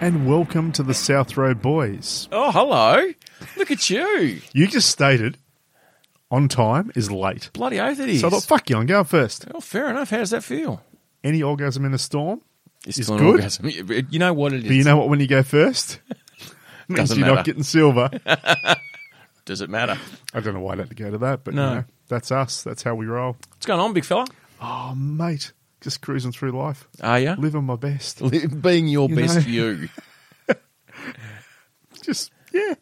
and welcome to the South Road Boys. Oh, hello. Look at you. You just stated on time is late. Bloody oath it is. So I thought, fuck you, I'm going first. oh, fair enough. How does that feel? Any orgasm in a storm? It's, It's still an good. orgasm. Yeah, but You know what it is. But you know what, when you go first, means Doesn't you're matter. not getting silver. Does it matter? I don't know why I had to go to that, but No. you know, that's us. That's how we roll. What's going on, big fella? Oh, mate, just cruising through life, Are you? living my best. Being your You best know. you. Just yeah,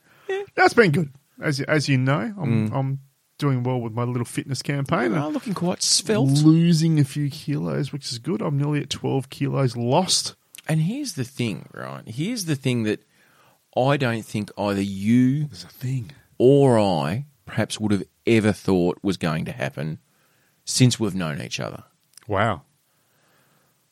that's been good. As you, as you know, I'm Mm. I'm doing well with my little fitness campaign. You and are Oh, looking quite svelte. Losing a few kilos, which is good. I'm nearly at 12 kilos lost. And here's the thing, right? Here's the thing that I don't think either you There's a thing. or I perhaps would have ever thought was going to happen since we've known each other. Wow.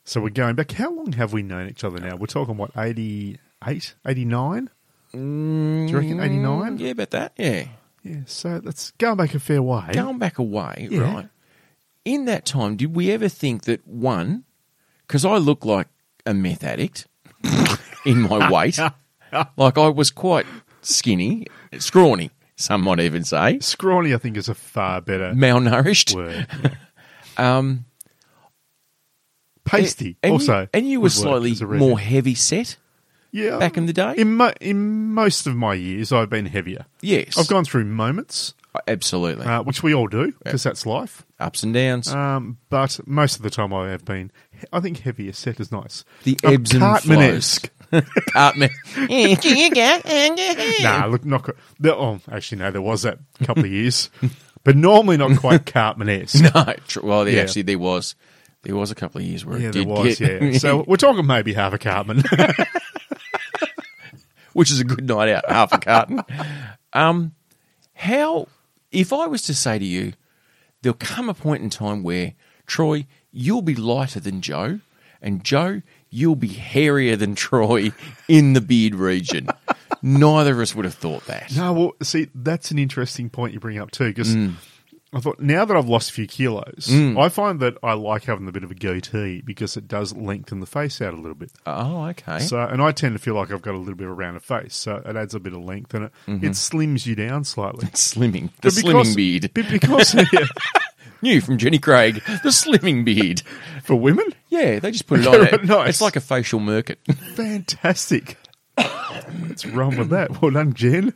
So we're going back. How long have we known each other now? We're talking, what, 88, 89? Mm, Do you reckon 89? Yeah, about that. Yeah. Yeah, so that's going back a fair way. Going back away, Yeah. right? In that time, did we ever think that one, because I look like a meth addict in my weight, like I was quite skinny, scrawny, some might even say, Scrawny, I think, is a far better malnourished. word. Um, Pasty, and also. You, and you were would work slightly as a more redhead. heavy set yeah, back in the day? In, mo- in most of my years, I've been heavier. yes. I've gone through moments, Absolutely. uh, which we all do, because that's life. Ups and downs. Um, but most of the time I have been, I think heavier set is nice. the Um, ebbs and flows. Cartman-esque. Cartman. Nah, look, not quite. there- Oh, actually, no, there was that couple of years, but normally not quite Cartman-esque. no. tr- Well, there Yeah. actually, there was. There was a couple of years where Yeah, it there did was. get, Yeah, so we're talking maybe half a Cartman. which is a good night out, half a carton. um, how, if I was to say to you, there'll come a point in time where Troy, you'll be lighter than Joe, and Joe, you'll be hairier than Troy in the beard region. Neither of us would have thought that. no, well, see, that's an interesting point you bring up too, because Mm. I thought now that I've lost a few kilos, I find that I like having a bit of a goatee because it does lengthen the face out a little bit. Oh, okay. So, and I tend to feel like I've got a little bit of a rounder face, so it adds a bit of length and it it slims you down slightly. slimming. Mm-hmm. The But because- slimming beard. but because yeah, New from Jenny Craig. The slimming beard. for women, Yeah, they just put it on. it. Nice. It's like a facial market. fantastic. What's wrong with that? Well done, Jen.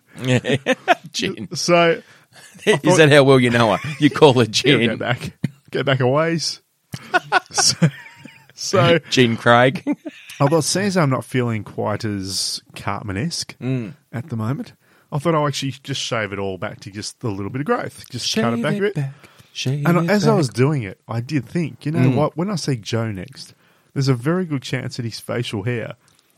Jen. So Is that how well you know her? You call her yeah, we go Jen. back, go back a ways. so, so Jen Craig. I thought, seeing as I'm not feeling quite as Cartman-esque at the moment, I thought I'll actually just shave it all back to just a little bit of growth, just cut it back a bit. And as I was doing it, Mm. I did think, you know what? When I see Joe next, there's a very good chance that his facial hair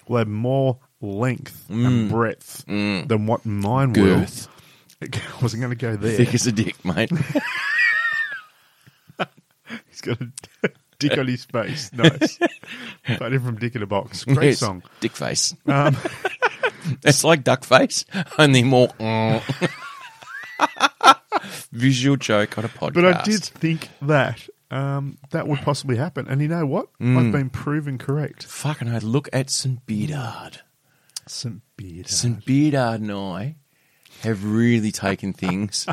will have more length and breadth than what mine girth, will. I wasn't going to go there. thick as a dick, mate. He's got a dick on his face. Nice. but him from Dick in a Box. Great Yes, song. Um, dick face. it's like duck face, only more mm. visual joke on a podcast. But I did think that um, that would possibly happen. And you know what? Mm. I've been proven correct. fucking. I look at St. Beardard. St. Beard. St. Beardard and I have really taken things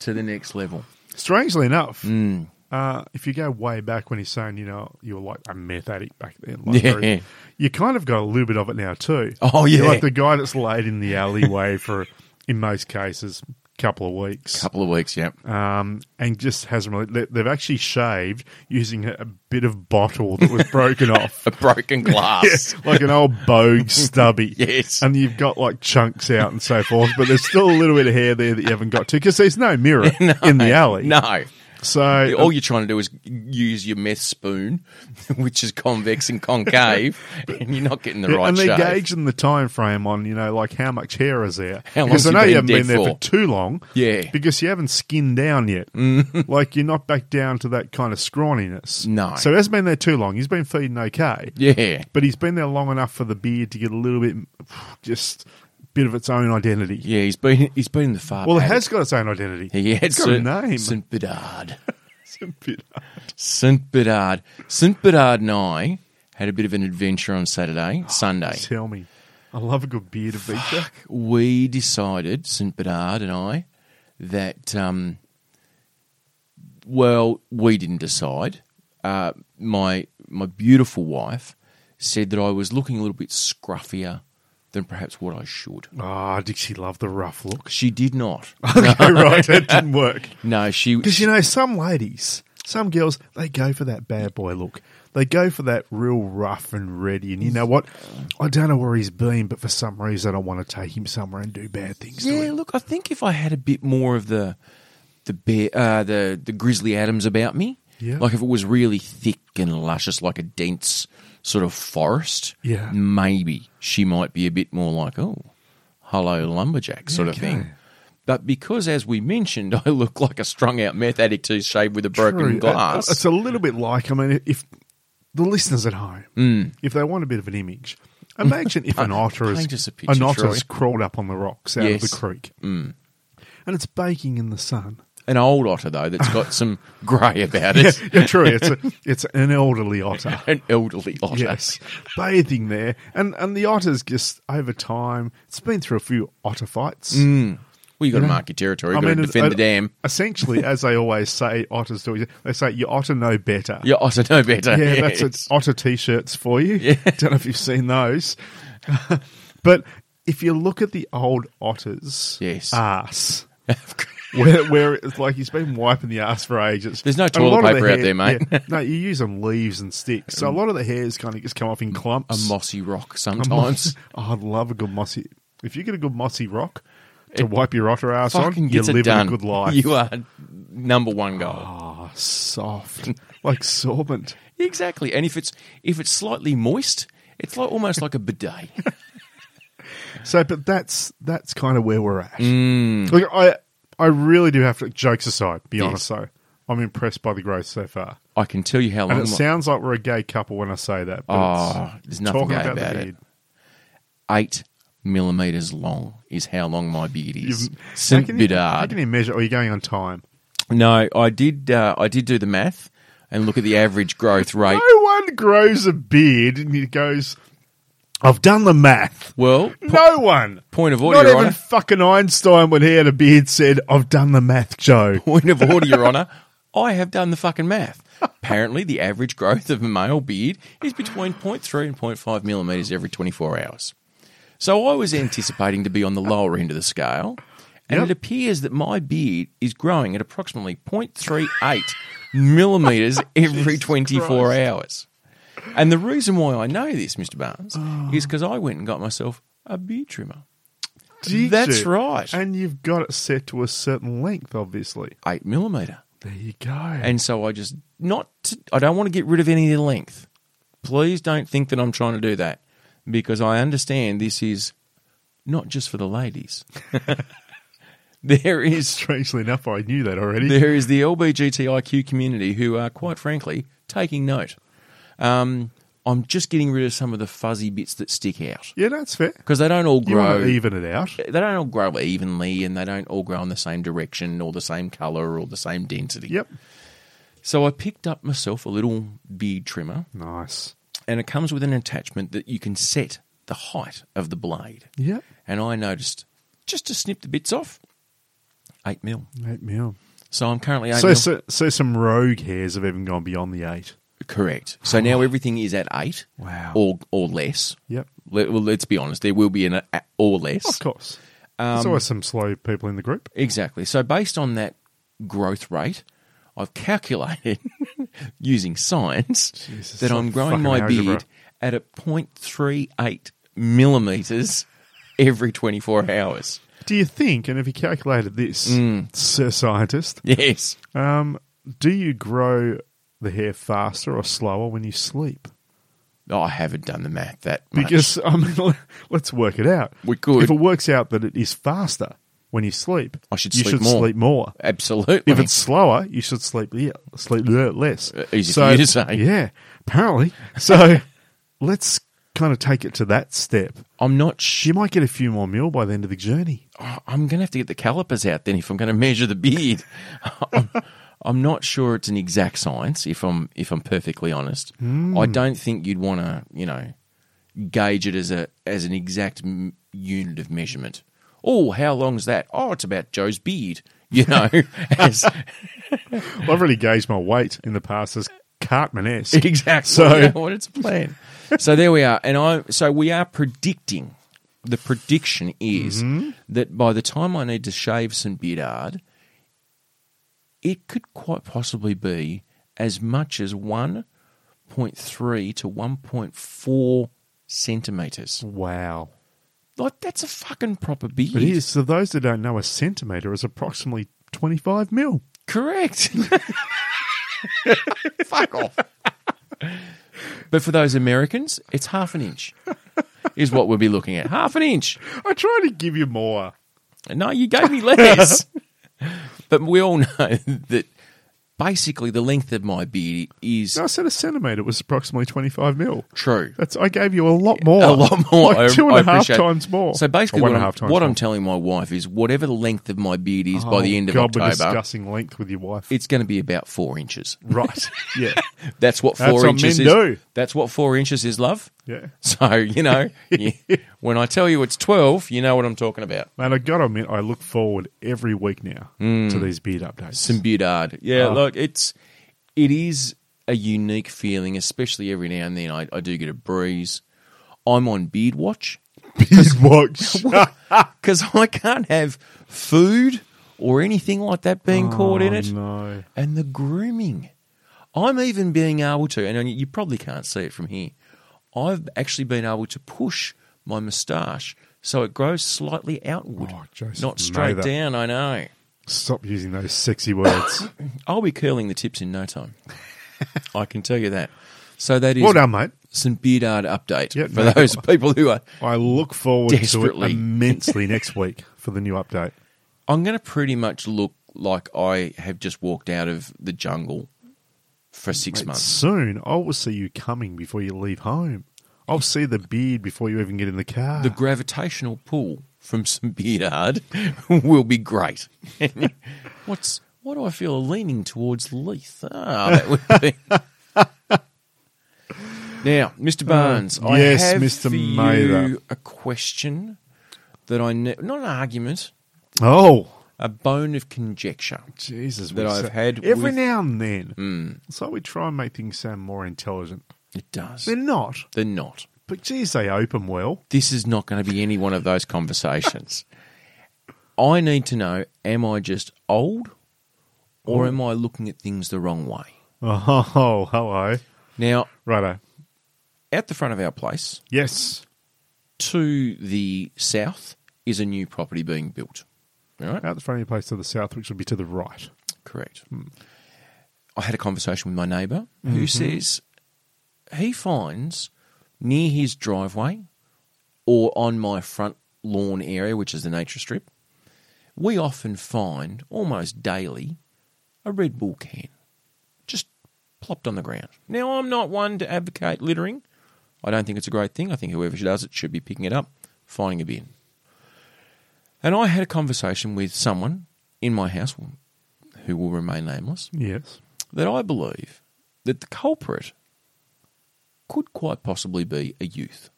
to the next level. Strangely enough, Mm. uh, if you go way back when he's saying, you know, you were like a meth addict back then, like, Yeah. very- you kind of got a little bit of it now too. Oh, You're yeah. like the guy that's laid in the alleyway for, in most cases, a couple of weeks, Couple of weeks, yeah. um, and just hasn't really. they- They've actually shaved using a, a bit of bottle that was broken off. A broken glass. Like an old bogue stubby. Yes. And you've got like chunks out and so forth, but there's still a little bit of hair there that you haven't got to because there's no mirror in the alley. No. So All you're trying to do is use your meth spoon, which is convex and concave, and you're not getting the right and they're shave. gauging the time frame on you know like how much hair is there How long's because I it know been you haven't dead been there for for? too long Yeah. Mm. because you haven't skinned down yet like you're not back down to that kind of scrawniness No. so he hasn't been there too long he's been feeding okay Yeah. but he's been there long enough for the beard to get a little bit just bit of its own identity Yeah, he's been he's been in the far. well it paddock. has got its own identity He had it's got a Saint, name Saint Bedard. It's a bit- Saint Oh, Bedard. Saint Bedard and I had a bit of an adventure on Saturday, Sunday. tell me I love a good beard adventure. we decided, St. Bernard and I, that, um, well, we didn't decide. Uh, my, my beautiful wife said that I was looking a little bit scruffier than perhaps what I should. Ah, did she love the rough look? She did not. Okay, right, that didn't work. No, she. Because you know, some ladies, some girls, they go for that bad boy look. They go for that real rough and ready. And you know what? I don't know where he's been, but for some reason, I want to take him somewhere and do bad things. to Yeah, him. look, I think if I had a bit more of the the bear, uh, the the Grizzly Adams about me, Yeah. like if it was really thick and luscious, like a dense sort of forest, Yeah. maybe she might be a bit more like oh, hello lumberjack sort of Okay. thing. But because, as we mentioned, I look like a strung out meth addict who's shaved with a broken True. glass. Uh, It's a little bit like, I mean, if the listeners at home, Mm. if they want a bit of an image, imagine if an otter paint has, us a picture, an otter Troy. has crawled up on the rocks out Yes. Mm. of the creek and it's baking in the sun. An old otter, though, that's got some grey about it. Yeah, true. It's, a, it's an elderly otter. An elderly otter. Yes, bathing there, and and the otters just over time. It's been through a few otter fights. Well, you've got to mark your territory. You've got to it- Mm, defend the it- dam. Essentially, as they always say, otters do. They say you otter know better. Your otter know better. Yeah, that's Yes. it. Otter t-shirts for you. Don't know if you've seen those, but if you look at the old otters, Yes. ass. Where, where it's like he's been wiping the ass for ages. There's no And a lot toilet of the paper out there, mate. yeah. no, you use them leaves and sticks, so a lot of the hairs kind of just come off in clumps. a mossy rock A mo- sometimes. Oh, I'd love a good mossy. If you get a good mossy rock to wipe your otter ass on, Fucking you're gets living it done. a good life. You are number one goal. Ah, soft, like sorbent. Exactly. And if it's if it's slightly moist, it's like almost like a bidet. So, but that's that's kind of where we're at. Mm, Look, I I really do have to. Jokes aside, be Yes. honest though, I'm impressed by the growth so far. I can tell you how long. And it my- sounds like we're a gay couple when I say that. But Oh, it's there's nothing talking gay about, about the it. beard. Eight millimeters long is how long my beard is. You've- Saint how can you- How Bidard. can you measure? Or you are going on time? No, I did. Uh, I did do the math and look at the average growth rate. No one grows a beard and he goes, "I've done the math." Well, No one. point of order, Not Your even Honour. fucking Einstein, when he had a beard, said, "I've done the math, Joe." point of order, Your Honour, I have done the fucking math. Apparently, the average growth of a male beard is between 0.3 and 0.5 millimetres every 24 hours. So I was anticipating to be on the lower end of the scale, and Yep. it appears that my beard is growing at approximately 0.38 millimetres every 24 hours. And the reason why I know this, Mr. Barnes, is because I went and got myself a beard trimmer. Did That's you? right. And you've got it set to a certain length, obviously. Eight millimetre. There you go. And so I just not. To, I don't want to get rid of any of the length. Please don't think that I'm trying to do that because I understand this is not just for the ladies. there is strangely enough, I knew that already. there is the LBGTIQ community who are quite frankly taking note. Um, I'm just getting rid of some of the fuzzy bits that stick out yeah, that's fair. because they don't all You want grow. to even it out. They don't all grow evenly, and they don't all grow in the same direction, or the same color, or the same density. Yep. So I picked up myself a little beard trimmer, Nice. and it comes with an attachment that you can set the height of the blade. Yep. And I noticed just to snip the bits off, eight mil. Eight mil. So I'm currently eight So, mil. so, so some rogue hairs have even gone beyond the eight. Correct. So now everything is at eight, Wow. or or less. Yep. Let, well, let's be honest. There will be an a, or less. Of course. There's um, always some slow people in the group. Exactly. So based on that growth rate, I've calculated using science Jesus, that so I'm growing fucking my algebra. beard at a 0.38 millimeters every 24 hours. Do you think, and have you calculated this, Mm. Sir Scientist, Yes. um, do you grow the hair faster or slower when you sleep? Oh, I haven't done the math that much. Because I mean, let's work it out. We could. If it works out that it is faster when you sleep, I should you sleep should more. sleep more. Absolutely. If it's slower, you should sleep le- sleep le- less. Uh, easy for you to say. Yeah, apparently. So let's kind of take it to that step. I'm not sure. You might get a few more mil by the end of the journey. "Oh, I'm going to have to get the calipers out then if I'm going to measure the beard. I'm, I'm not sure it's an exact science. If I'm if I'm perfectly honest, I don't think you'd want to you know gauge it as a as an exact m- unit of measurement. Oh, how long's that? Oh, it's about Joe's beard. You know, as, Well, I've really gauged my weight in the past as Cartman-esque. exactly. So- you know what it's planned. so there we are, and I. So we are predicting. The prediction is that by the time I need to shave St. Bedard, it could quite possibly be as much as 1.3 to 1.4 centimetres. Wow. Like, that's a fucking proper beard. But here's, so those that don't know, a centimetre is approximately 25 mil. Correct. Fuck off. But for those Americans, it's half an inch, is what we'll be looking at. Half an inch. I try to give you more. No, you gave me less. but we all know that basically the length of my beard is No, I said a centimetre was approximately 25 mil. true. That's I gave you a lot more. A lot more. Like two I- and I a half appreciate- times more. So basically, Or one what, and I'm, a half times what I'm more. telling my wife is whatever the length of my beard is by the Oh, end of God, we're October, discussing length with your wife. it's going to be about four inches. right. Yeah. That's what That's four what inches men is. do. That's what four inches is, love. Yeah. So you know, you- when I tell you it's twelve, you know what I'm talking about. Man, I gotta admit, I look forward every week now Hmm. to these beard updates. Simbudard. Yeah, Oh. look, it's it is a unique feeling, especially every now and then. I, I do get a breeze. I'm on beard watch beard watch. because I can't have food or anything like that being caught in Oh, it. No. and the grooming. I'm even being able to, and you probably can't see it from here, I've actually been able to push my moustache so it grows slightly outward, Oh, Joseph not straight Mather. down. I know. Stop using those sexy words. I'll be curling the tips in no time. I can tell you that. So that is well done, mate. St. Beardard update Yeah, for no. those people who are. I look forward to it Desperately. immensely next week for the new update. I'm going to pretty much look like I have just walked out of the jungle for six Mate, months. Soon, I will see you coming before you leave home. I'll see the beard before you even get in the car. the gravitational pull from some beardard will be great. What's what do I feel a leaning towards Leith? Ah, that would be. now, Mr. Barnes, I yes, have Mr. for you Mather. a question that I ne- not an argument, oh, a bone of conjecture. Jesus. That we I've sa- had Every with- now and then. Hmm. So we try and make things sound more intelligent. It does. They're They're, not. not. But geez, they open well. This is not going to be any one of those conversations. I need to know: Am I just old, or am I looking at things the wrong way? Oh, hello. Now, Righto. at the front of our place, Yes. to the south, is a new property being built. All right? Out the front of your place to the south, which would be to the right. Correct. Mm. I had a conversation with my neighbour who says he finds near his driveway or on my front lawn area, which is the nature strip, we often find almost daily a Red Bull can just plopped on the ground. Now, I'm not one to advocate littering. I don't think it's a great thing. I think whoever does it should be picking it up, finding a bin. And I had a conversation with someone in my house who will remain nameless Yes. that I believe that the culprit could quite possibly be a youth.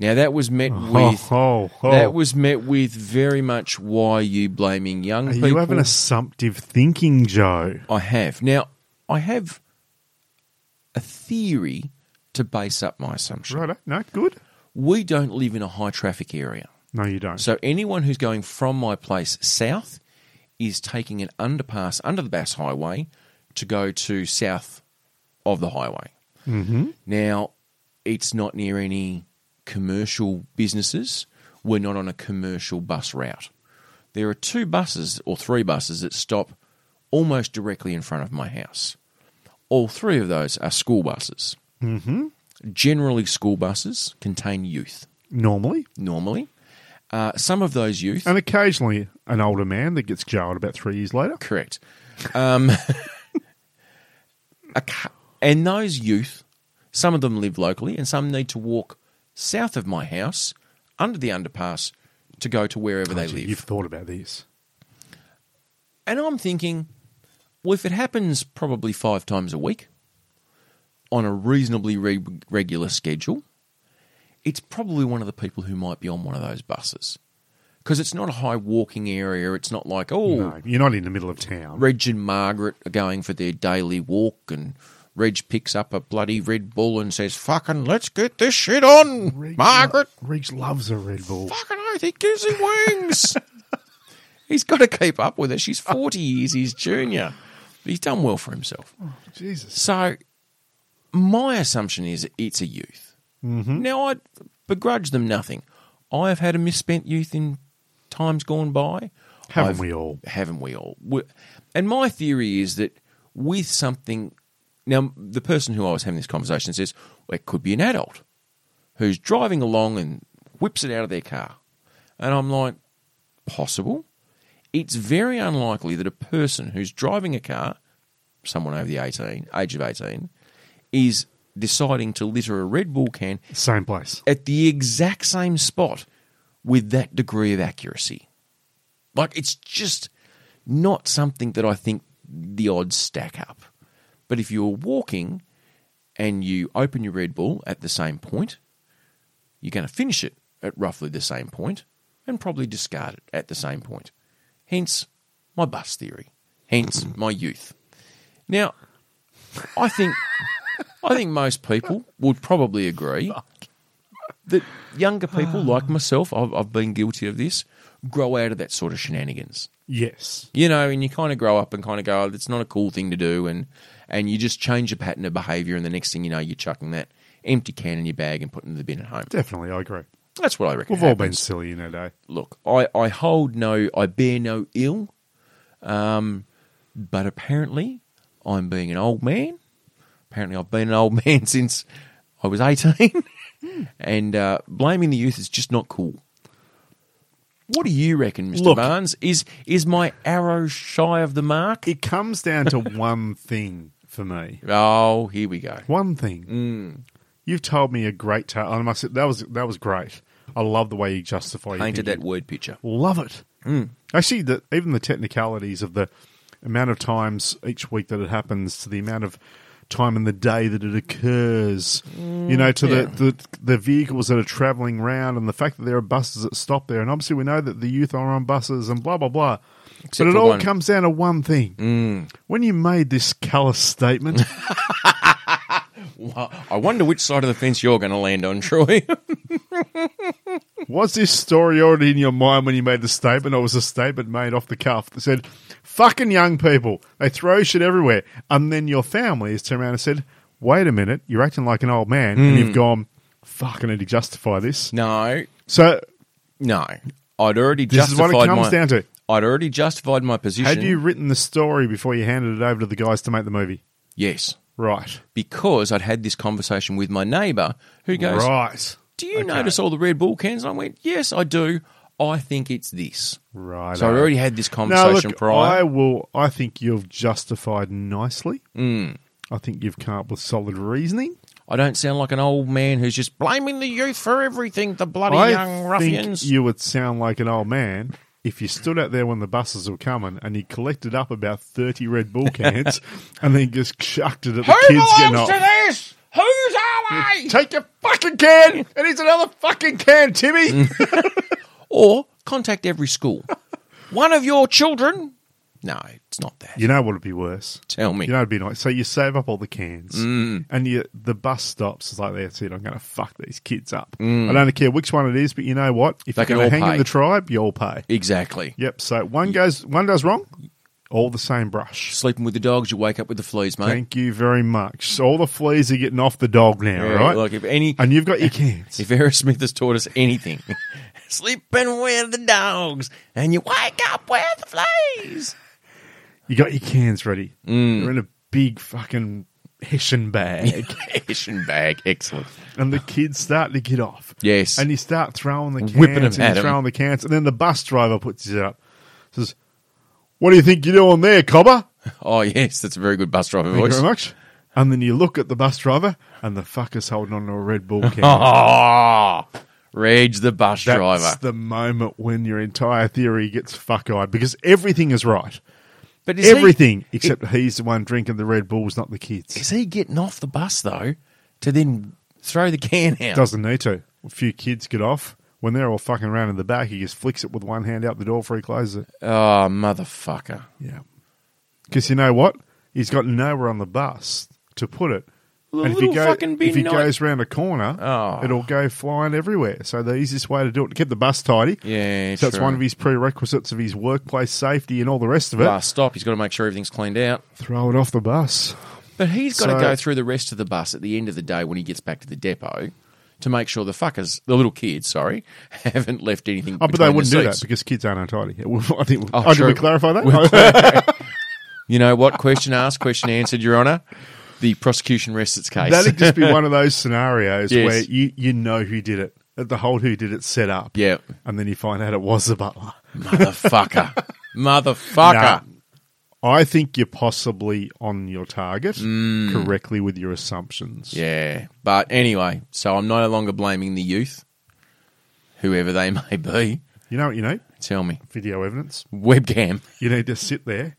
Now that was met with oh, oh. that was met with very much why are you blaming young Are people. you having assumptive thinking, Joe? I have. Now, I have a theory to base up my assumption. Righto. No, good. We don't live in a high traffic area. No, you don't. So anyone who's going from my place south is taking an underpass under the Bass Highway to go to south of the highway. mm-hmm. Now, it's not near any commercial businesses. We're not on a commercial bus route. There are two buses or three buses that stop almost directly in front of my house. All three of those are school buses. Mm-hmm. Generally, school buses contain youth Normally. normally. Uh, some of those youth And occasionally an older man that gets jailed about three years later. Correct. Um, a ca- and those youth, some of them live locally, and some need to walk south of my house under the underpass to go to wherever they Gee, live. You've thought about this. And I'm thinking, well, if it happens probably five times a week on a reasonably reg- regular schedule, it's probably one of the people who might be on one of those buses. Because it's not a high walking area. It's not like, oh, No, you're not in the middle of town. Reg and Margaret are going for their daily walk, and Reg picks up a bloody Red Bull and says, Fucking let's get this shit on, Riggs Margaret. lo- Riggs loves a Red Bull. Fucking oath, he gives him wings. He's got to keep up with her. She's 40 years his junior. He's done well for himself. Jesus. So, my assumption is it's a youth. Mm-hmm. Now, I begrudge them nothing. I have had a misspent youth in times gone by. Haven't I've- we all? Haven't we all? We- And my theory is that with something. Now, the person who I was having this conversation says well, it could be an adult who's driving along and whips it out of their car. And I'm like, possible? It's very unlikely that a person who's driving a car, someone over the 18, age of 18, is deciding to litter a Red Bull can Same place. at the exact same spot with that degree of accuracy. Like it's just not something that I think the odds stack up. But if you're walking and you open your Red Bull at the same point, you're going to finish it at roughly the same point and probably discard it at the same point. Hence my bus theory. Hence my youth. Now, I think I think most people would probably agree that younger people like myself, I've, I've been guilty of this, grow out of that sort of shenanigans. Yes. You know, and you kind of grow up and kind of go, oh, it's not a cool thing to do. And, and you just change your pattern of behaviour. And the next thing you know, you're chucking that empty can in your bag and putting it in the bin at home. Definitely, I agree. That's what I reckon. We've all been happens. silly in our day. Look, I, I hold no, I bear no ill. Um, but apparently, I'm being an old man. Apparently, I've been an old man since I was 18. and uh, blaming the youth is just not cool. What do you reckon, Mr. Look- Barnes? Is is my arrow shy of the mark? It comes down to one thing for me. Oh, here we go. One thing. Mm. You've told me a great tale. I must. That was that was great. I love the way you justify. your Painted that thinking. word picture. Love it. Mm. Actually, the, even the technicalities of the amount of times each week that it happens, to the amount of time in the day that it occurs, you know, to yeah. the, the the vehicles that are travelling round, and the fact that there are buses that stop there, and obviously we know that the youth are on buses and blah blah blah. Except but it for all one. Mm. comes down to one thing. When you made this callous statement, Well, I wonder which side of the fence you're going to land on, Troy. was this story already in your mind when you made the statement, or was a statement made off the cuff that said, fucking young people, they throw shit everywhere? And then your family has turned around and said, wait a minute, you're acting like an old man, and Hmm. you've gone, fuck, I need to justify this. no, So, No, I'd already This is justified what it comes my, down to. I'd already justified my position. had you written the story before you handed it over to the guys to make the movie? Yes, Right. because I'd had this conversation with my neighbour who goes, right. "Do you Okay. notice all the Red Bull cans?" And I went, "Yes, I do. I think it's this." Right. So I already had this No, conversation look, I prior. will. I think you've justified nicely. Hmm. I think you've come up with solid reasoning. I, don't sound like an old man who's just blaming the youth for everything. The bloody I young ruffians. think you would sound like an old man if you stood out there when the buses were coming and you collected up about 30 Red Bull cans and then just chucked it at who the kids getting belongs off. to this? Who's our way? Take your fucking can! It is another fucking can, Timmy! or contact every school. One of your children? No, it's not that. you know what would be worse? Tell me. You know, it'd be nice. So you save up all the cans, and you, the bus stops. It's like that's it. I'm going to fuck these kids up. I don't care which one it is, but you know what? If They you're can going to all hang pay. in the tribe, you all pay. exactly. Yep. So one goes, one does wrong, all the same brush. Sleeping with the dogs, you wake up with the fleas, mate. Thank you very much. So all the fleas are getting off the dog now, Yeah, right? Like if any, and you've got your cans. if Aerosmith has taught us anything, sleeping with the dogs, and you wake up with the fleas. you got your cans ready. Mm. They're in a big fucking Hessian bag, Asian bag, excellent. and the kids start to get off. Yes, And you start throwing the cans Whipping 'em and at you 'em. throwing the cans, and then the bus driver puts it up. Says, "What do you think you're doing there, cobber?" oh yes, that's a very good bus driver Thank you voice. very much. And then you look at the bus driver, and the fucker's holding on to a Red Bull can. Oh, Reg the bus That's driver. the moment when your entire theory gets fuck-eyed because everything is right, But everything except he's the one drinking the Red Bulls, not the kids. he, is he getting off the bus though to then throw the can out? Doesn't need to. a few kids get off. When they're all fucking around in the back, he just flicks it with one hand out the door before he closes it. Oh, motherfucker. Yeah. Because you know what? He's got nowhere on the bus to put it. and if he, little go, fucking bin if he night- goes round a corner, Oh. it'll go flying everywhere. So the easiest way to do it to keep the bus tidy. Yeah, so that's true. one of his prerequisites of his workplace safety and all the rest of it. Last Ah, stop. He's got to make sure everything's cleaned out. Throw it off the bus. But he's got So- to go through the rest of the bus at the end of the day when he gets back to the depot to make sure the fuckers, the little kids, sorry, haven't left anything. Oh, but they between wouldn't the do that seats. because kids aren't untidy. I think. Oh, Oh, did true. we clarify that? You know what? Question asked, question answered, Your Honour. The prosecution rests its case. That'd just be one of those scenarios Yes. where you, you know who did it. That The whole who did it set up. Yeah. And then you find out it was the butler. Motherfucker. Motherfucker. I think you're possibly on your target correctly with your assumptions. Mm. Yeah. But anyway, so I'm no longer blaming the youth, whoever they may be. You know what you need? Tell me. Video evidence. Webcam. You need to sit there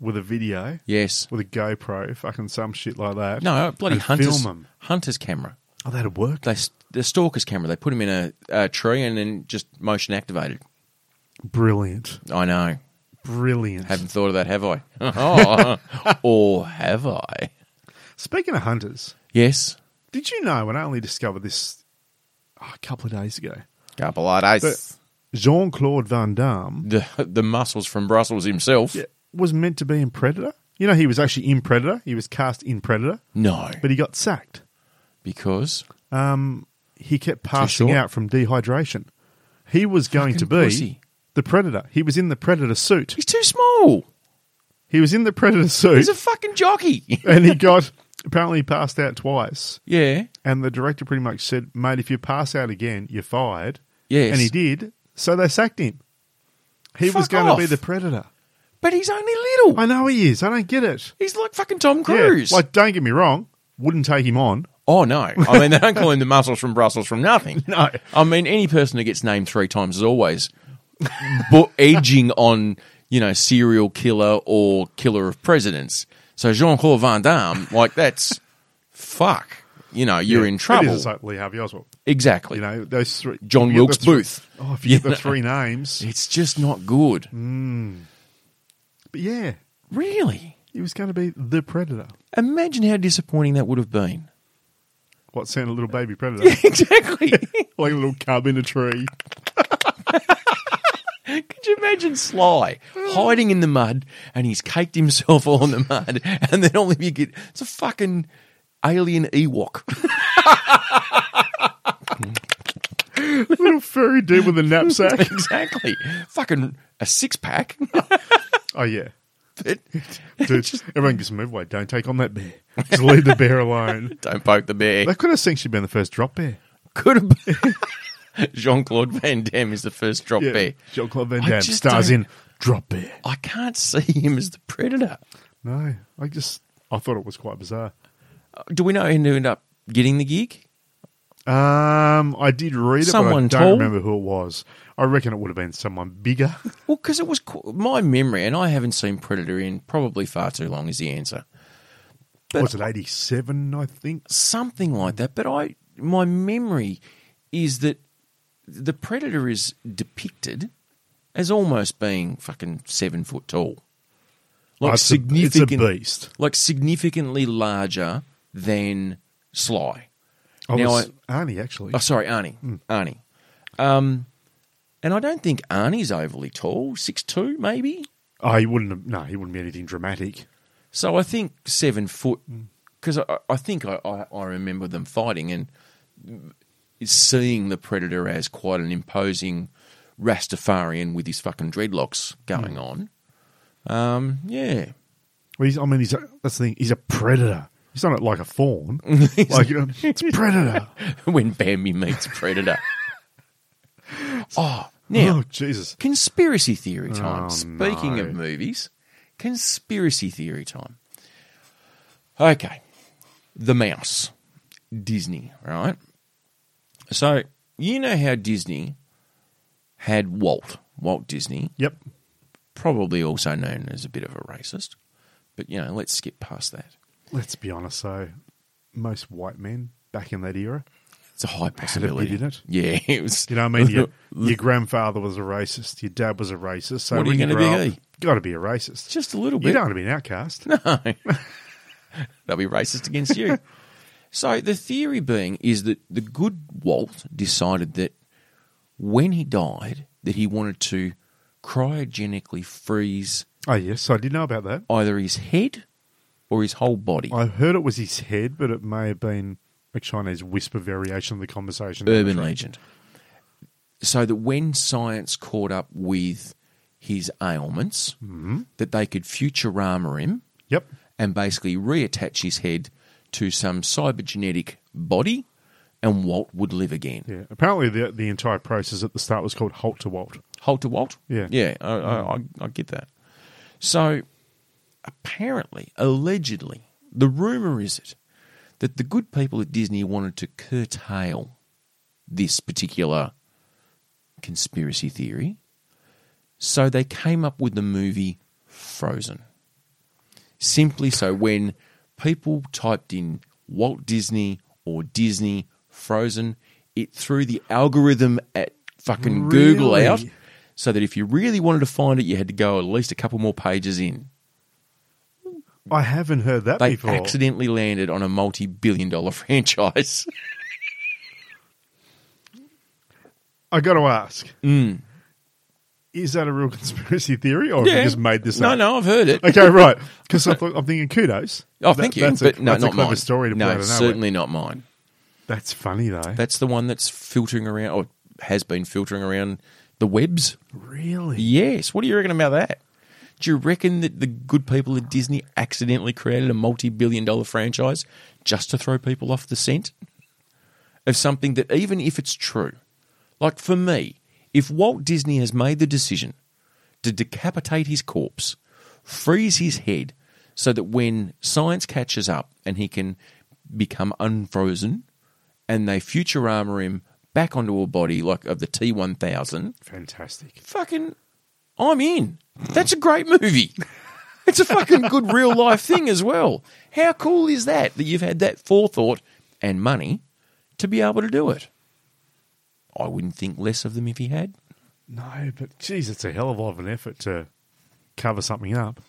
with a video, Yes. with a GoPro, fucking some shit like that. No, bloody And hunter's, film 'em. hunter's camera. Oh, that'd work. They, s- the stalker's camera. They put him in a, a tree and then just motion activated. Brilliant. I know. Brilliant. Haven't thought of that, have I? Oh, or have I? Speaking of hunters, Yes. did you know, and I only discovered this oh, a couple of days ago, Couple of days. Jean Claude Van Damme The, the muscles from Brussels himself. Yeah, was meant to be in Predator. You know, he was actually in Predator. He was cast in Predator, No. but he got sacked. Because Um, he kept passing short? out from dehydration. He was going to be Fucking pussy. the Predator. He was in the Predator suit. he's too small. He was in the Predator suit, He's a fucking jockey. and he got apparently he passed out twice. yeah. And the director pretty much said, "Mate, if you pass out again, you're fired." Yes. and he did. So they sacked him. He was Fuck going to be off. the Predator. But he's only little. I know he is. I don't get it. He's like fucking Tom Yeah, Cruise. Like, don't get me wrong. Wouldn't take him on. oh, no. I mean, they don't call him the muscles from Brussels from nothing. No. I mean, any person who gets named three times is always bo- edging on, you know, serial killer or killer of presidents. So Jean Claude Van Damme, like, that's fuck. You know, you're in It trouble. is like Lee Harvey Oswald. exactly. You know those three. John if you get Wilkes the three- Booth. Oh, if you, You get the know. three names, It's just not good. Mm. but yeah, Really? he was going to be the predator. Imagine how disappointing that would have been. What sound a little baby predator, exactly. like a little cub in a tree. Could you imagine Sly hiding in the mud and he's caked himself all in the mud and then all of you get it's a fucking alien Ewok. little furry dude with a knapsack. exactly. Fucking a six pack. oh yeah, But dude. everyone gets move away. Don't take on that bear. Just leave the bear alone. Don't poke the bear. That could have essentially been the first drop bear. Could have been Jean Claude Van Damme is the first drop bear. Jean Claude Van I Damme just stars don't- in Drop Bear. I can't see him as the predator. No, I just I thought it was quite bizarre. Do we know who ended up getting the gig? Um, I did read it, Someone but I tall? don't remember who it was. I reckon it would have been someone bigger. Well, because it was qu- my memory, and I haven't seen Predator in probably far too long, is the answer. But- was it eighty seven? I think. Something like that. But I, my memory is that the Predator is depicted as almost being fucking seven foot tall, Oh, like it's a- it's a significant, beast. like significantly larger than Sly. I Now was Hmm. I- Arnie actually. Oh, sorry, Arnie. Arnie. Um, and I don't think Arnie's overly tall, six two maybe. Oh, he wouldn't. Have, no, he wouldn't be anything dramatic. So I think seven foot, because I, I think I, I, I remember them fighting and seeing the predator as quite an imposing Rastafarian with his fucking dreadlocks going on. Um, yeah, Well, he's, I mean, he's a, that's the thing. He's a predator. He's not like a fawn. like you know, it's predator. when Bambi meets predator. oh, now Oh Jesus! conspiracy theory time. Oh, Speaking no. of movies, conspiracy theory time. Okay. The Mouse. Disney, right? So, you know how Disney had Walt, Walt Disney, Yep. probably also known as a bit of a racist, but you know, let's skip past that. Let's be honest. though. most white men back in that era It's a high possibility. did it. Yeah, it was. You know, what I mean, your, your grandfather was a racist, your dad was a racist. So What are when you you gonna grow be? up, got to be a racist. just a little bit. you don't want to be an outcast. They'll be racist against you. so the theory being is that the good Walt decided that when he died, that he wanted to cryogenically freeze Oh yes, I did know about that. either his head or his whole body. I heard it was his head, but it may have been a Chinese whisper variation of the conversation. urban legend. So that when science caught up with his ailments, that they could Futurama him Yep. and basically reattach his head to some cybergenetic body, and Walt would live again. Yeah. Apparently, the the entire process at the start was called halt to Walt. Hold to Walt? Yeah. Yeah, I, I, I, I get that. So, apparently, allegedly, the rumour is it that the good people at Disney wanted to curtail this particular conspiracy theory. So they came up with the movie Frozen. Simply so when people typed in Walt Disney or Disney Frozen, it threw the algorithm at fucking Google Really? out so that if you really wanted to find it, you had to go at least a couple more pages in. I haven't heard that They before. accidentally landed on a multi billion dollar franchise. I got to ask: Mm. Is that a real conspiracy theory, or have you just made this no, up? no, I've heard it. Okay, right. Because I'm thinking kudos. Oh, That- thank you. That's a, but no, that's not a clever mine. story to put no, out of nowhere. certainly not mine. That's funny though. That's the one that's filtering around, or has been filtering around the webs. really. Yes. What do you reckon about that? Do you reckon that the good people at Disney accidentally created a multi billion dollar franchise just to throw people off the scent of something that, even if it's true, like for me, if Walt Disney has made the decision to decapitate his corpse, freeze his head, so that when science catches up and he can become unfrozen and they future armor him back onto a body like of the T 1000, Fantastic. fucking I'm in. That's a great movie. It's a fucking good real life thing as well. How cool is that that you've had that forethought and money to be able to do it? I wouldn't think less of them if he had. No, but geez, it's a hell of a lot of an effort to cover something up.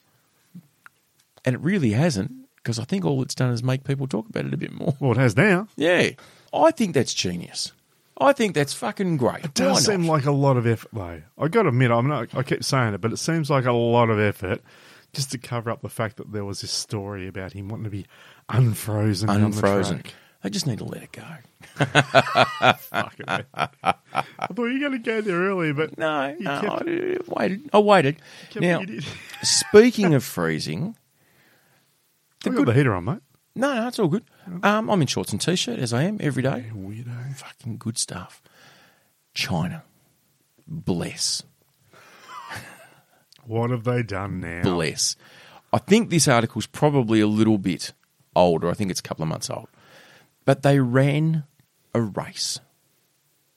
And it really hasn't because I think all it's done is make people talk about it a bit more. Well, it has now. Yeah. I think that's genius. I think that's fucking great. It does Why not? seem like a lot of effort, though. I got to admit, I'm not. I keep saying it, but it seems like a lot of effort just to cover up the fact that there was this story about him wanting to be unfrozen. on the unfrozen. track. I just need to let it go. Fucking hell. I thought you were going to go there earlier, but No, you no, kept, I waited. I waited. kept now, you did. speaking of freezing, I got the heater on, mate. No, no, it's all good. Um, I'm in shorts and t-shirt as I am every day. Weirdo. Fucking good stuff. China, bless, What have they done now? bless. I think this article's probably a little bit older. I think it's a couple of months old. But they ran a race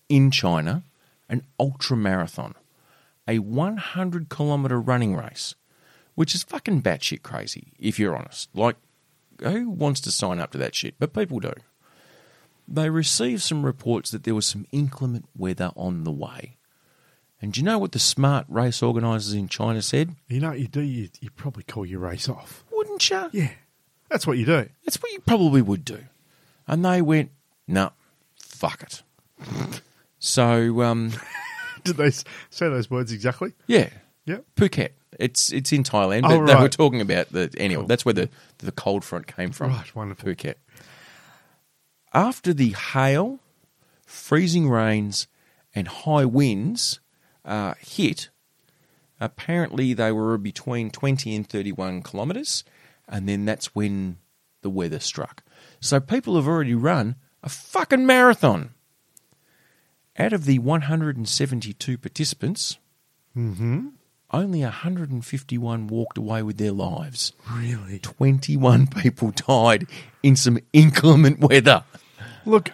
in China, an ultra marathon, a 100 kilometer running race, which is fucking batshit crazy if you're honest. Like, who wants to sign up to that shit? But people do. They received some reports that there was some inclement weather on the way. And do you know what the smart race organisers in China said? You know what you do? You, you probably call your race off. Wouldn't you? Yeah. That's what you do. That's what you probably would do. And they went, no, fuck it. so, um, Did they s- say those words exactly? yeah, Yep. Phuket. It's it's in Thailand, but Oh, they were right. talking about the anyway. That's where the the cold front came from. Right, wonderful. Phuket. After the hail, freezing rains, and high winds uh, hit, apparently they were between 20 and 31 kilometres, and then that's when the weather struck. So people have already run a fucking marathon. Out of the 172 participants, Mm-hmm. only 151 walked away with their lives. Really? 21 people died in some inclement weather. Look,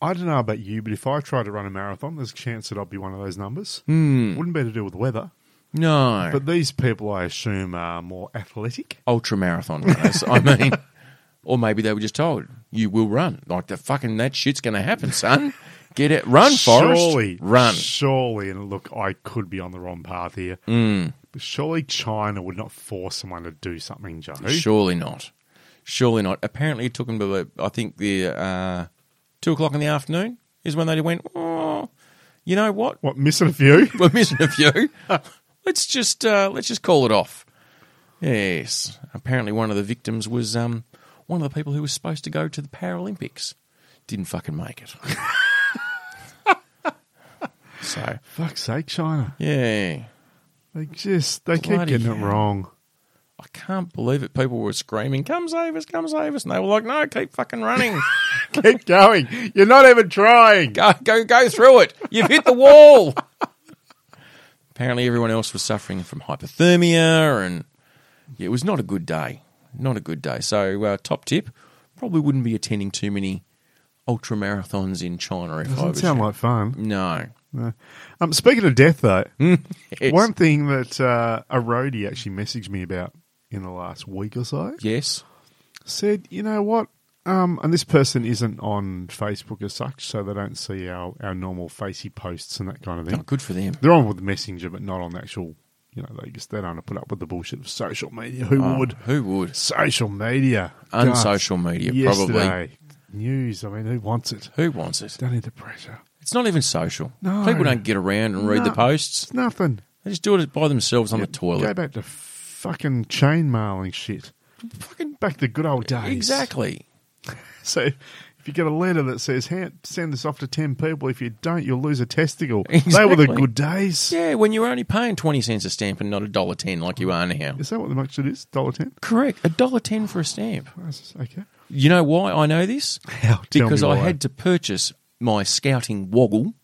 I don't know about you, but if I try to run a marathon, there's a chance that I'll be one of those numbers. Hmm. Wouldn't be to do with weather. No. But these people, I assume, are more athletic. Ultra marathon runners. I mean, Or maybe they were just told, you will run. Like the fucking that shit's going to happen, son. Get it. Run, Forrest. surely, Run. Surely, and look, I could be on the wrong path here. Mm, But surely China would not force someone to do something, Joe. surely not. Surely not. Apparently, it took them to, the- I think, the uh, two o'clock in the afternoon is when they went, oh, you know what? What, missing a few? We're missing a few. let's just uh, let's just call it off. Yes. Apparently, one of the victims was um, one of the people who was supposed to go to the Paralympics. Didn't fucking make it. so Fuck's sake, China. yeah, They just, they Bloody keep getting hell. it wrong. I can't believe it. People were screaming, "Come save us! Come save us!" And they were like, "No, keep fucking running. keep going. You're not even trying. go, go, go through it. You've hit the wall." Apparently, everyone else was suffering from hypothermia, and yeah, it was not a good day. Not a good day. So, uh, top tip: probably wouldn't be attending too many ultra marathons in China. If I Doesn't was sound like fun. no. Um, speaking of death, though, Hmm. Yes. one thing that uh, a roadie actually messaged me about in the last week or so yes. said, you know what? Um, and this person isn't on Facebook as such, so they don't see our, our normal facey posts and that kind of thing. Not good for them. They're on with Messenger, but not on the actual, you know, they just they don't put up with the bullshit of social media. Who Oh, would? Who would? Social media. Unsocial media, probably. Yesterday. News. I mean, who wants it? Who wants it? Don't need the pressure. It's not even social. No. People don't get around and read No. the posts. It's nothing. They just do it by themselves on the Go toilet. back to fucking chain mailing shit. Fucking Back to good old days. exactly. So if you get a letter that says, "Hand- send this off to 10 people, if you don't, you'll lose a testicle. They were the Exactly. good days. Yeah, when you're only paying twenty cents a stamp and not a dollar ten like you are now. Is that what the much it is? $1.10? Correct, a dollar ten for a stamp. That's- Okay. You know why I know this? How? Tell Because me I why. had to purchase my scouting woggle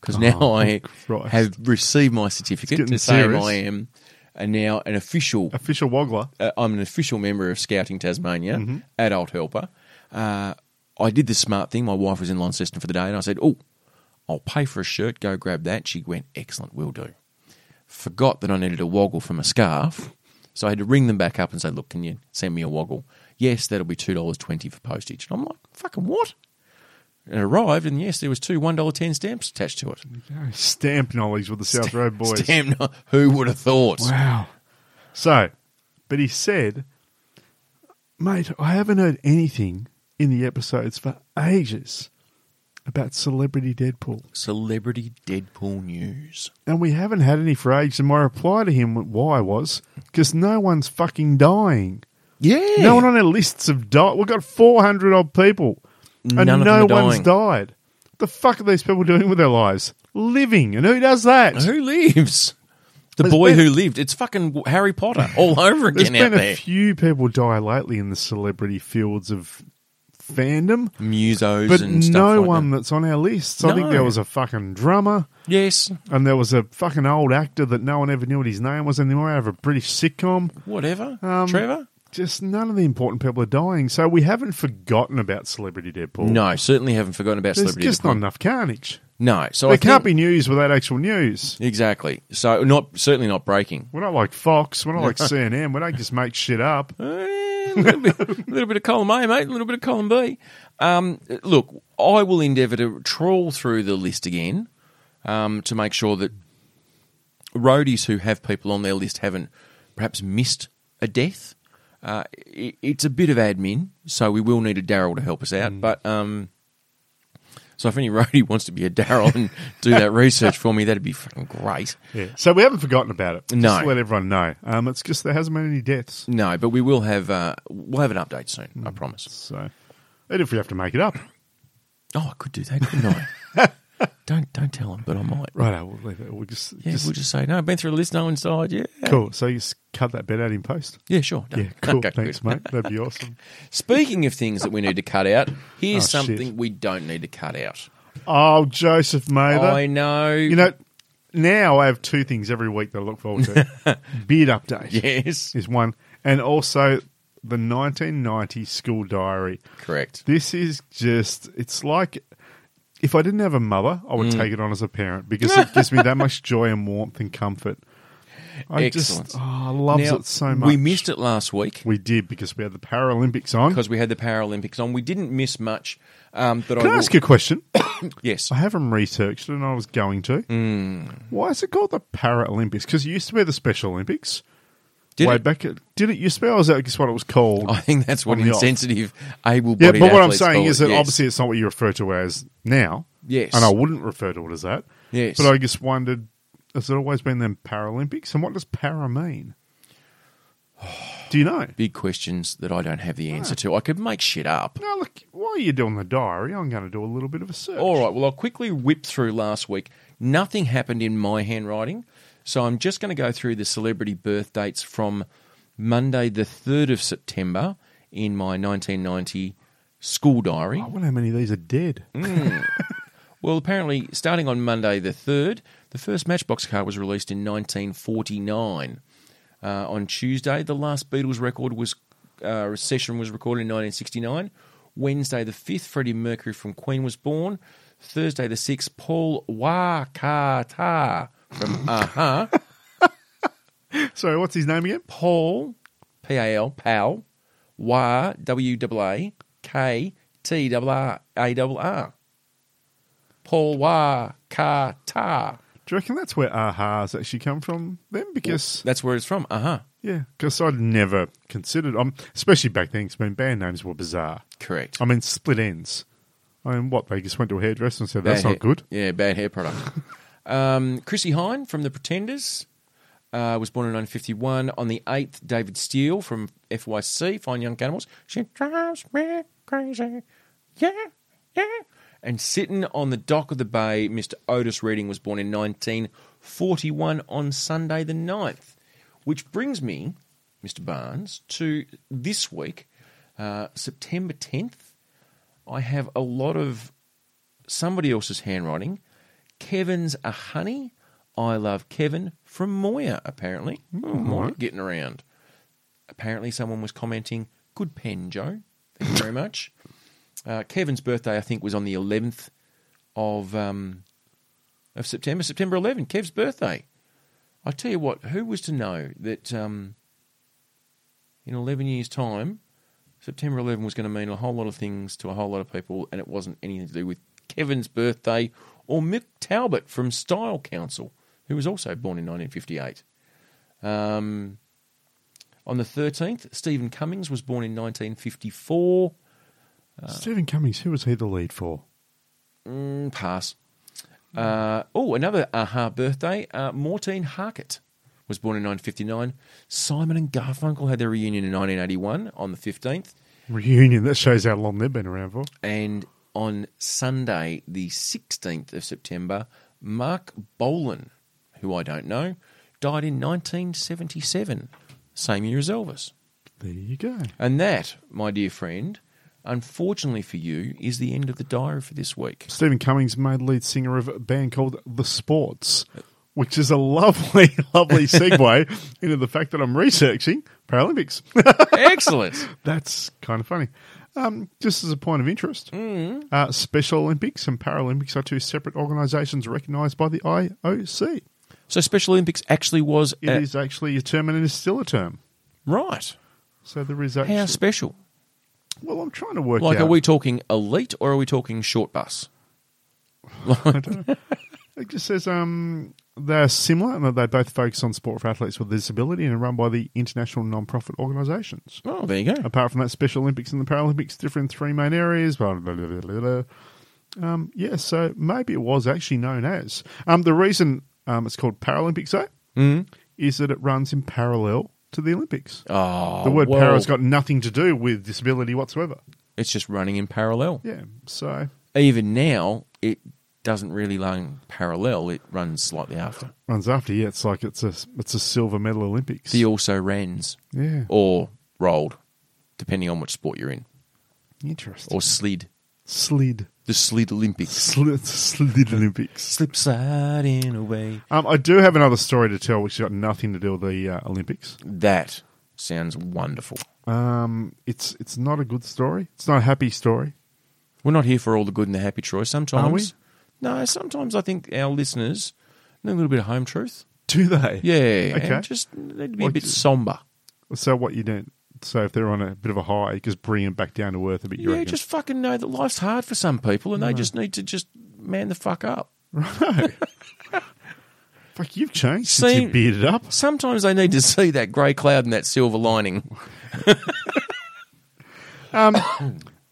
because now Oh, I Christ. have received my certificate getting to say serious. I am uh, now an official Official Woggler. uh, I'm an official member of Scouting Tasmania, Mm-hmm. adult helper. Uh, I did the smart thing. My wife was in Launceston for the day, and I said, "Oh, I'll pay for a shirt. Go grab that." She went, "Excellent, will do." Forgot that I needed a woggle for my scarf, so I had to ring them back up and say, "Look, can you send me a woggle?" Yes, that'll be two dollars twenty for postage. And I'm like, "Fucking what?" And it arrived, and yes, there was two one dollar ten stamps attached to it. Stamp knowledge with the South Road Boys. Damn, who would have thought? Wow. So, but he said, mate, I haven't heard anything in the episodes for ages about celebrity Deadpool. Celebrity Deadpool news. And we haven't had any for ages. And my reply to him, why, was because no one's fucking dying. Yeah, No one on our lists have died. We've got 400 odd people. And None of them no are dying. one's died. The fuck are these people doing with their lives? Living. And who does that? Who lives? The There's boy been- who lived. It's fucking Harry Potter all over There's again out been a there. few people die lately in the celebrity fields of fandom, Musos but and stuff no like one That. that's on our list. I think No. there was a fucking drummer, Yes, and there was a fucking old actor that no one ever knew what his name was anymore out of a British sitcom. whatever. Um, Trevor. Just none of the important people are dying, so we haven't forgotten about celebrity Deadpool. No, certainly haven't forgotten about there's celebrity. just Deadpool. not enough carnage. No, so there I can't think, be news without actual news. exactly. So not certainly not breaking. We're not like Fox. We're not like CNN. We don't just make shit up. Eh, A little, bit, a little bit of column A, mate. A little bit of column B. Um, look, I will endeavour to trawl through the list again um, to make sure that roadies who have people on their list haven't perhaps missed a death. Uh, i it's a bit of admin, so we will need a Daryl to help us out. But um, so if any roadie wants to be a Daryl and do that research for me, that'd be fucking great. Yeah. So we haven't forgotten about it. No. Just to let everyone know. Um, it's just there hasn't been any deaths. No, but we will have uh, we'll have an update soon. I promise. So, and if we have to make it up, Oh, I could do that, couldn't I? don't don't tell them, but I might. right? I will leave it. We'll just, Yeah, just- we'll just say no. I've been through the list. No one's died. Yeah, cool. So you just cut that bit out in post. yeah, sure. done. Yeah, cool. Okay, Thanks, good. mate. That'd be awesome. Speaking of things that we need to cut out, here's Oh, shit. something we don't need to cut out. Oh, Joseph Mather. I know. You know, now I have two things every week that I look forward to: beard update yes, is one, and also the 1990 school diary. correct. This is just, it's like if I Mm. didn't have a mother, I would take it on as a parent because it gives me that much joy and warmth and comfort. I Excellent. just oh, loves Now, it so much. We missed it last week We did because we had the Paralympics on. Can because we had the Paralympics on. We didn't miss much. Um, but I, I will- ask you a question? yes, I haven't researched it, and I was going to. Mm. Why is it called the Paralympics? Because it used to be the Special Olympics. Did way it? back, at, did it used to be? I was that guess what it was called? I think that's what On the off. insensitive, able-bodied yeah, but what I'm athletes saying call is it, that yes. obviously it's not what you refer to as now. Yes. and I wouldn't refer to it as that. Yes. but I just wondered: has it always been them Paralympics? And what does para mean? Do you know? big questions that I don't have the answer to. I could make shit up. Now look, while you're doing the diary, I'm going to do a little bit of a search. All right. Well, I'll quickly whip through last week. Nothing happened in my handwriting, so I'm just going to go through the celebrity birth dates from Monday, the third of September, in my 1990 school diary. I wonder how many of these are dead. Hmm? Well, apparently, starting on Monday the 3rd, the first Matchbox car was released in 1949. Uh, on Tuesday, the last Beatles record was uh, session was recorded in 1969. Wednesday the 5th, Freddie Mercury from Queen was born. Thursday the 6th, Paul Wakata from Aha. So what's his name again? Paul, P A L, Pal, Wa, W A A, K T W A A W R. Paul Wa Ka Ta. Do you reckon that's where aha's actually come from then? Because That's where it's from. Uh huh. yeah, because I'd never considered. Um, especially back then, 'cause, I mean, band names were bizarre. Correct. I mean, split ends. I mean, what they just went to a hairdresser and said that's Bad not hair- good. Yeah, bad hair product. um, Chrissy Hine from The Pretenders uh, was born in 1951. On the 8th, David Steele from FYC, Fine Young Animals. She drives me crazy. Yeah, yeah. And sitting on the dock of the bay, Mr. Otis Redding was born in 1941 on Sunday the 9th. Which brings me, Mr. Barnes, to this week, uh, September 10th. I have a lot of somebody else's handwriting. Kevin's a honey. I love Kevin from Moya, apparently. Oh, Moya getting around. Apparently, someone was commenting, good pen, Joe. Thank you very much. Uh, Kevin's birthday, I think, was on the 11th of, um, of September. September 11th, Kev's birthday. I tell you what, who was to know that um, in 11 years' time, September 11 was going to mean a whole lot of things to a whole lot of people, and it wasn't anything to do with Kevin's birthday or Mick Talbot from Style Council, who was also born in 1958. Um, on the 13th, Stephen Cummings was born in 1954. Uh, Stephen Cummings, who was he the lead for? Mm, pass. Uh, oh, another aha birthday. Uh, Mortine Harkett was born in 1959. Simon and Garfunkel had their reunion in 1981 on the 15th. Reunion. That shows how long they've been around for. And on Sunday, the 16th of September, Mark Bolan, who I don't know, died in 1977, same year as Elvis. There you go. And that, my dear friend, unfortunately for you, is the end of the diary for this week. Stephen Cummings, made lead singer of a band called The Sports, which is a lovely, lovely segue into the fact that I'm researching Paralympics. Excellent. That's kind of funny. Um, just as a point of interest, Mm-hmm. uh, Special Olympics and Paralympics are two separate organisations recognised by the IOC. So Special Olympics actually was It is a- actually a term, and it is still a term. right. So there is How actually. special? Well, I'm trying to work Like, out. are we talking elite or are we talking short bus? It just says um, they're similar and that they both focus on sport for athletes with disability and are run by the international non-profit organisations. Oh, there you go. Apart from that, Special Olympics and the Paralympics differ in three main areas. Blah, blah, blah, blah, blah, blah. Um, yeah, so maybe it was actually known as. Um, the reason um, it's called Paralympics, though, Mm. is that it runs in parallel to the Olympics. Oh, the word well, para's got nothing to do with disability whatsoever. It's just running in parallel. Yeah, so Even now, it doesn't really run parallel. It runs slightly after. runs after. Yeah, it's like it's a it's a silver medal Olympics. The also rans yeah, or rolled, depending on which sport you're in, interesting. or slid. slid. The slid Olympics. Slid, slid Olympics. Slip sliding away. Um, I do have another story to tell, which has got nothing to do with the uh, Olympics. That sounds wonderful. Um, it's it's not a good story. It's not a happy story. We're not here for all the good and the happy, Troy. Sometimes, Are we? no. Sometimes I think our listeners need a little bit of home truth. Do they? Yeah. Okay. And just need to be a Like- bit somber. So what you don't. So if they're on a bit of a high, just bring them back down to earth a bit. You yeah, reckon? just fucking know that life's hard for some people and they just need to just man the fuck up. fuck. You've changed since you Seen- bearded up. Sometimes they need to see that grey cloud and that silver lining.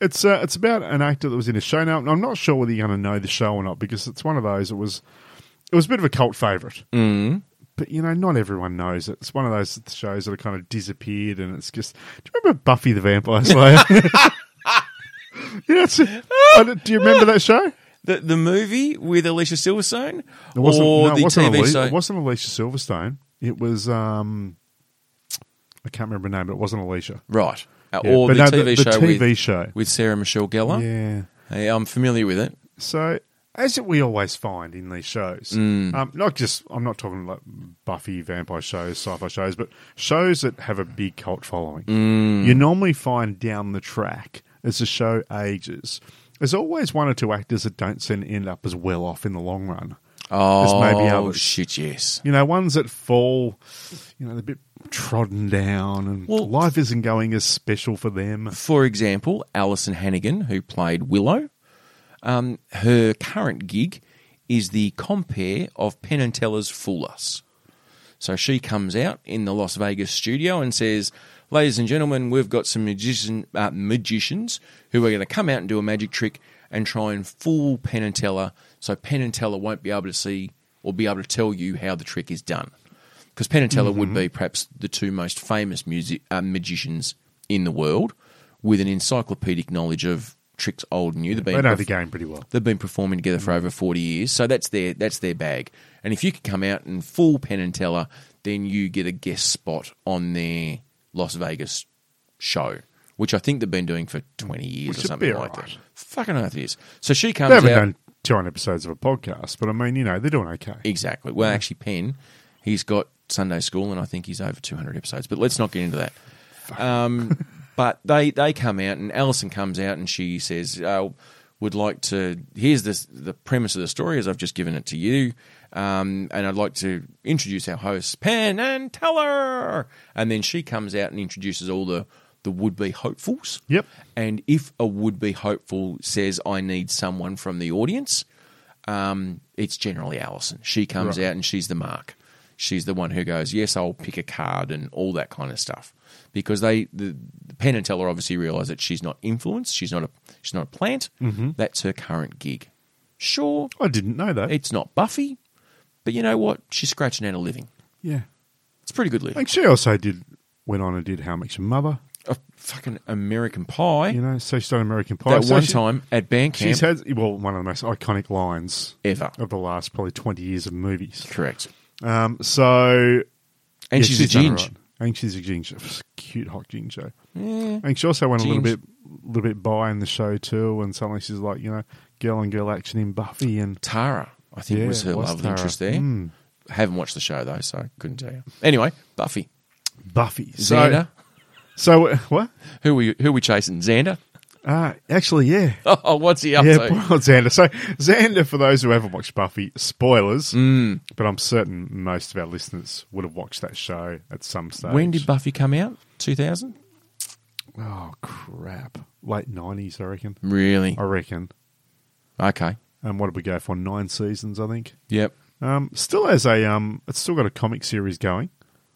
It's uh, it's about an actor that was in a show. Now I'm not sure whether you're going to know the show or not because it's one of those. It was it was a bit of a cult favorite, mm. but you know not everyone knows it. It's one of those shows that have kind of disappeared, and it's just. Do you remember Buffy the Vampire Slayer? you know, it's, I don't- do you remember that show? The, the movie with Alicia Silverstone It wasn't, or no, the it wasn't TV Ali- show? It wasn't Alicia Silverstone. It was um, I can't remember her name, but it wasn't Alicia. Right. Uh, Yeah, or but the, no, TV the show TV with, show. with Sarah Michelle Gellar. Yeah. Hey, I'm familiar with it. So, as we always find in these shows, um, not just I'm not talking like Buffy vampire shows, sci-fi shows, but shows that have a big cult following. You normally find down the track as the show ages, there's always one or two actors that don't seem to end up as well off in the long run. Oh, maybe others. shit, yes. You know, ones that fall, you know, they're a bit trodden down, and Well- life isn't going as special for them. For example, Alison Hannigan, who played Willow, um, her current gig is the compere of Penn and Teller's Fool Us. So she comes out in the Las Vegas studio and says, Ladies and gentlemen, we've got some magician, uh, magicians who are going to come out and do a magic trick and try and fool Penn and Teller so Penn and Teller won't be able to see or be able to tell you how the trick is done. Because Penn and Teller would be perhaps the two most famous music, uh, magicians in the world with an encyclopedic knowledge of tricks old and new. They've They been know perf- the game pretty well. They've been performing together Mm. for over 40 years, so that's their that's their bag. And if you could come out and fool Penn and Teller, then you get a guest spot on their Las Vegas show, which I think they've been doing for 20 years Which or would be something like alright. that. Fucking earth it is. So she comes They haven't out done 200 episodes of a podcast, but I mean, you know, they're doing okay. exactly. Well, actually Penn, he's got Sunday school and I think he's over 200 episodes, but let's not get into that. Um, but they, they come out, and Alison comes out, and she says, uh, "Would like to. Here's this, the premise of the story, as I've just given it to you, um, and I'd like to introduce our hosts, Penn and Teller." And then she comes out and introduces all the the would be hopefuls. Yep. And if a would be hopeful says, "I need someone from the audience," um, it's generally Alison. She comes out and she's the mark. She's the one who goes, "Yes, I'll pick a card" and all that kind of stuff. Because they, the, the Penn and Teller, obviously realise that she's not influenced. She's not a she's not a plant. Mm-hmm. That's her current gig. Sure, I didn't know that. it's not Buffy, but you know what? She's scratching out a living. yeah. It's a pretty good living. Like she also did went on and did How Much Your Mother. A fucking American Pie. You know, so she's done American Pie. that So one she- time at band camp she's had well one of the most iconic lines ever. of the last probably twenty years of movies. Correct. Um, so And yeah, she's, a done it ginge. right. And she's a ginger, cute hot ginger. Yeah. And she also went a little Ginge. bit, little bit by in the show too. And suddenly she's like, you know, girl and girl action in Buffy, and Tara, I think Yeah, was her it was love Tara. interest there. Mm. Haven't watched the show though, so couldn't tell you. Anyway, Buffy, Buffy. So, Xander, so uh, what? who we who we chasing? Xander. Uh, actually, yeah, Oh, what's he up yeah. to? poor old Xander. So Xander, for those who haven't watched Buffy, spoilers. Mm. But I'm certain most of our listeners would have watched that show at some stage. When did Buffy come out? Two thousand. Oh crap! Late nineties, I reckon. Really? I reckon. Okay. And what did we go for? Nine seasons, I think. Yep. Um, still has a um, it's still got a comic series going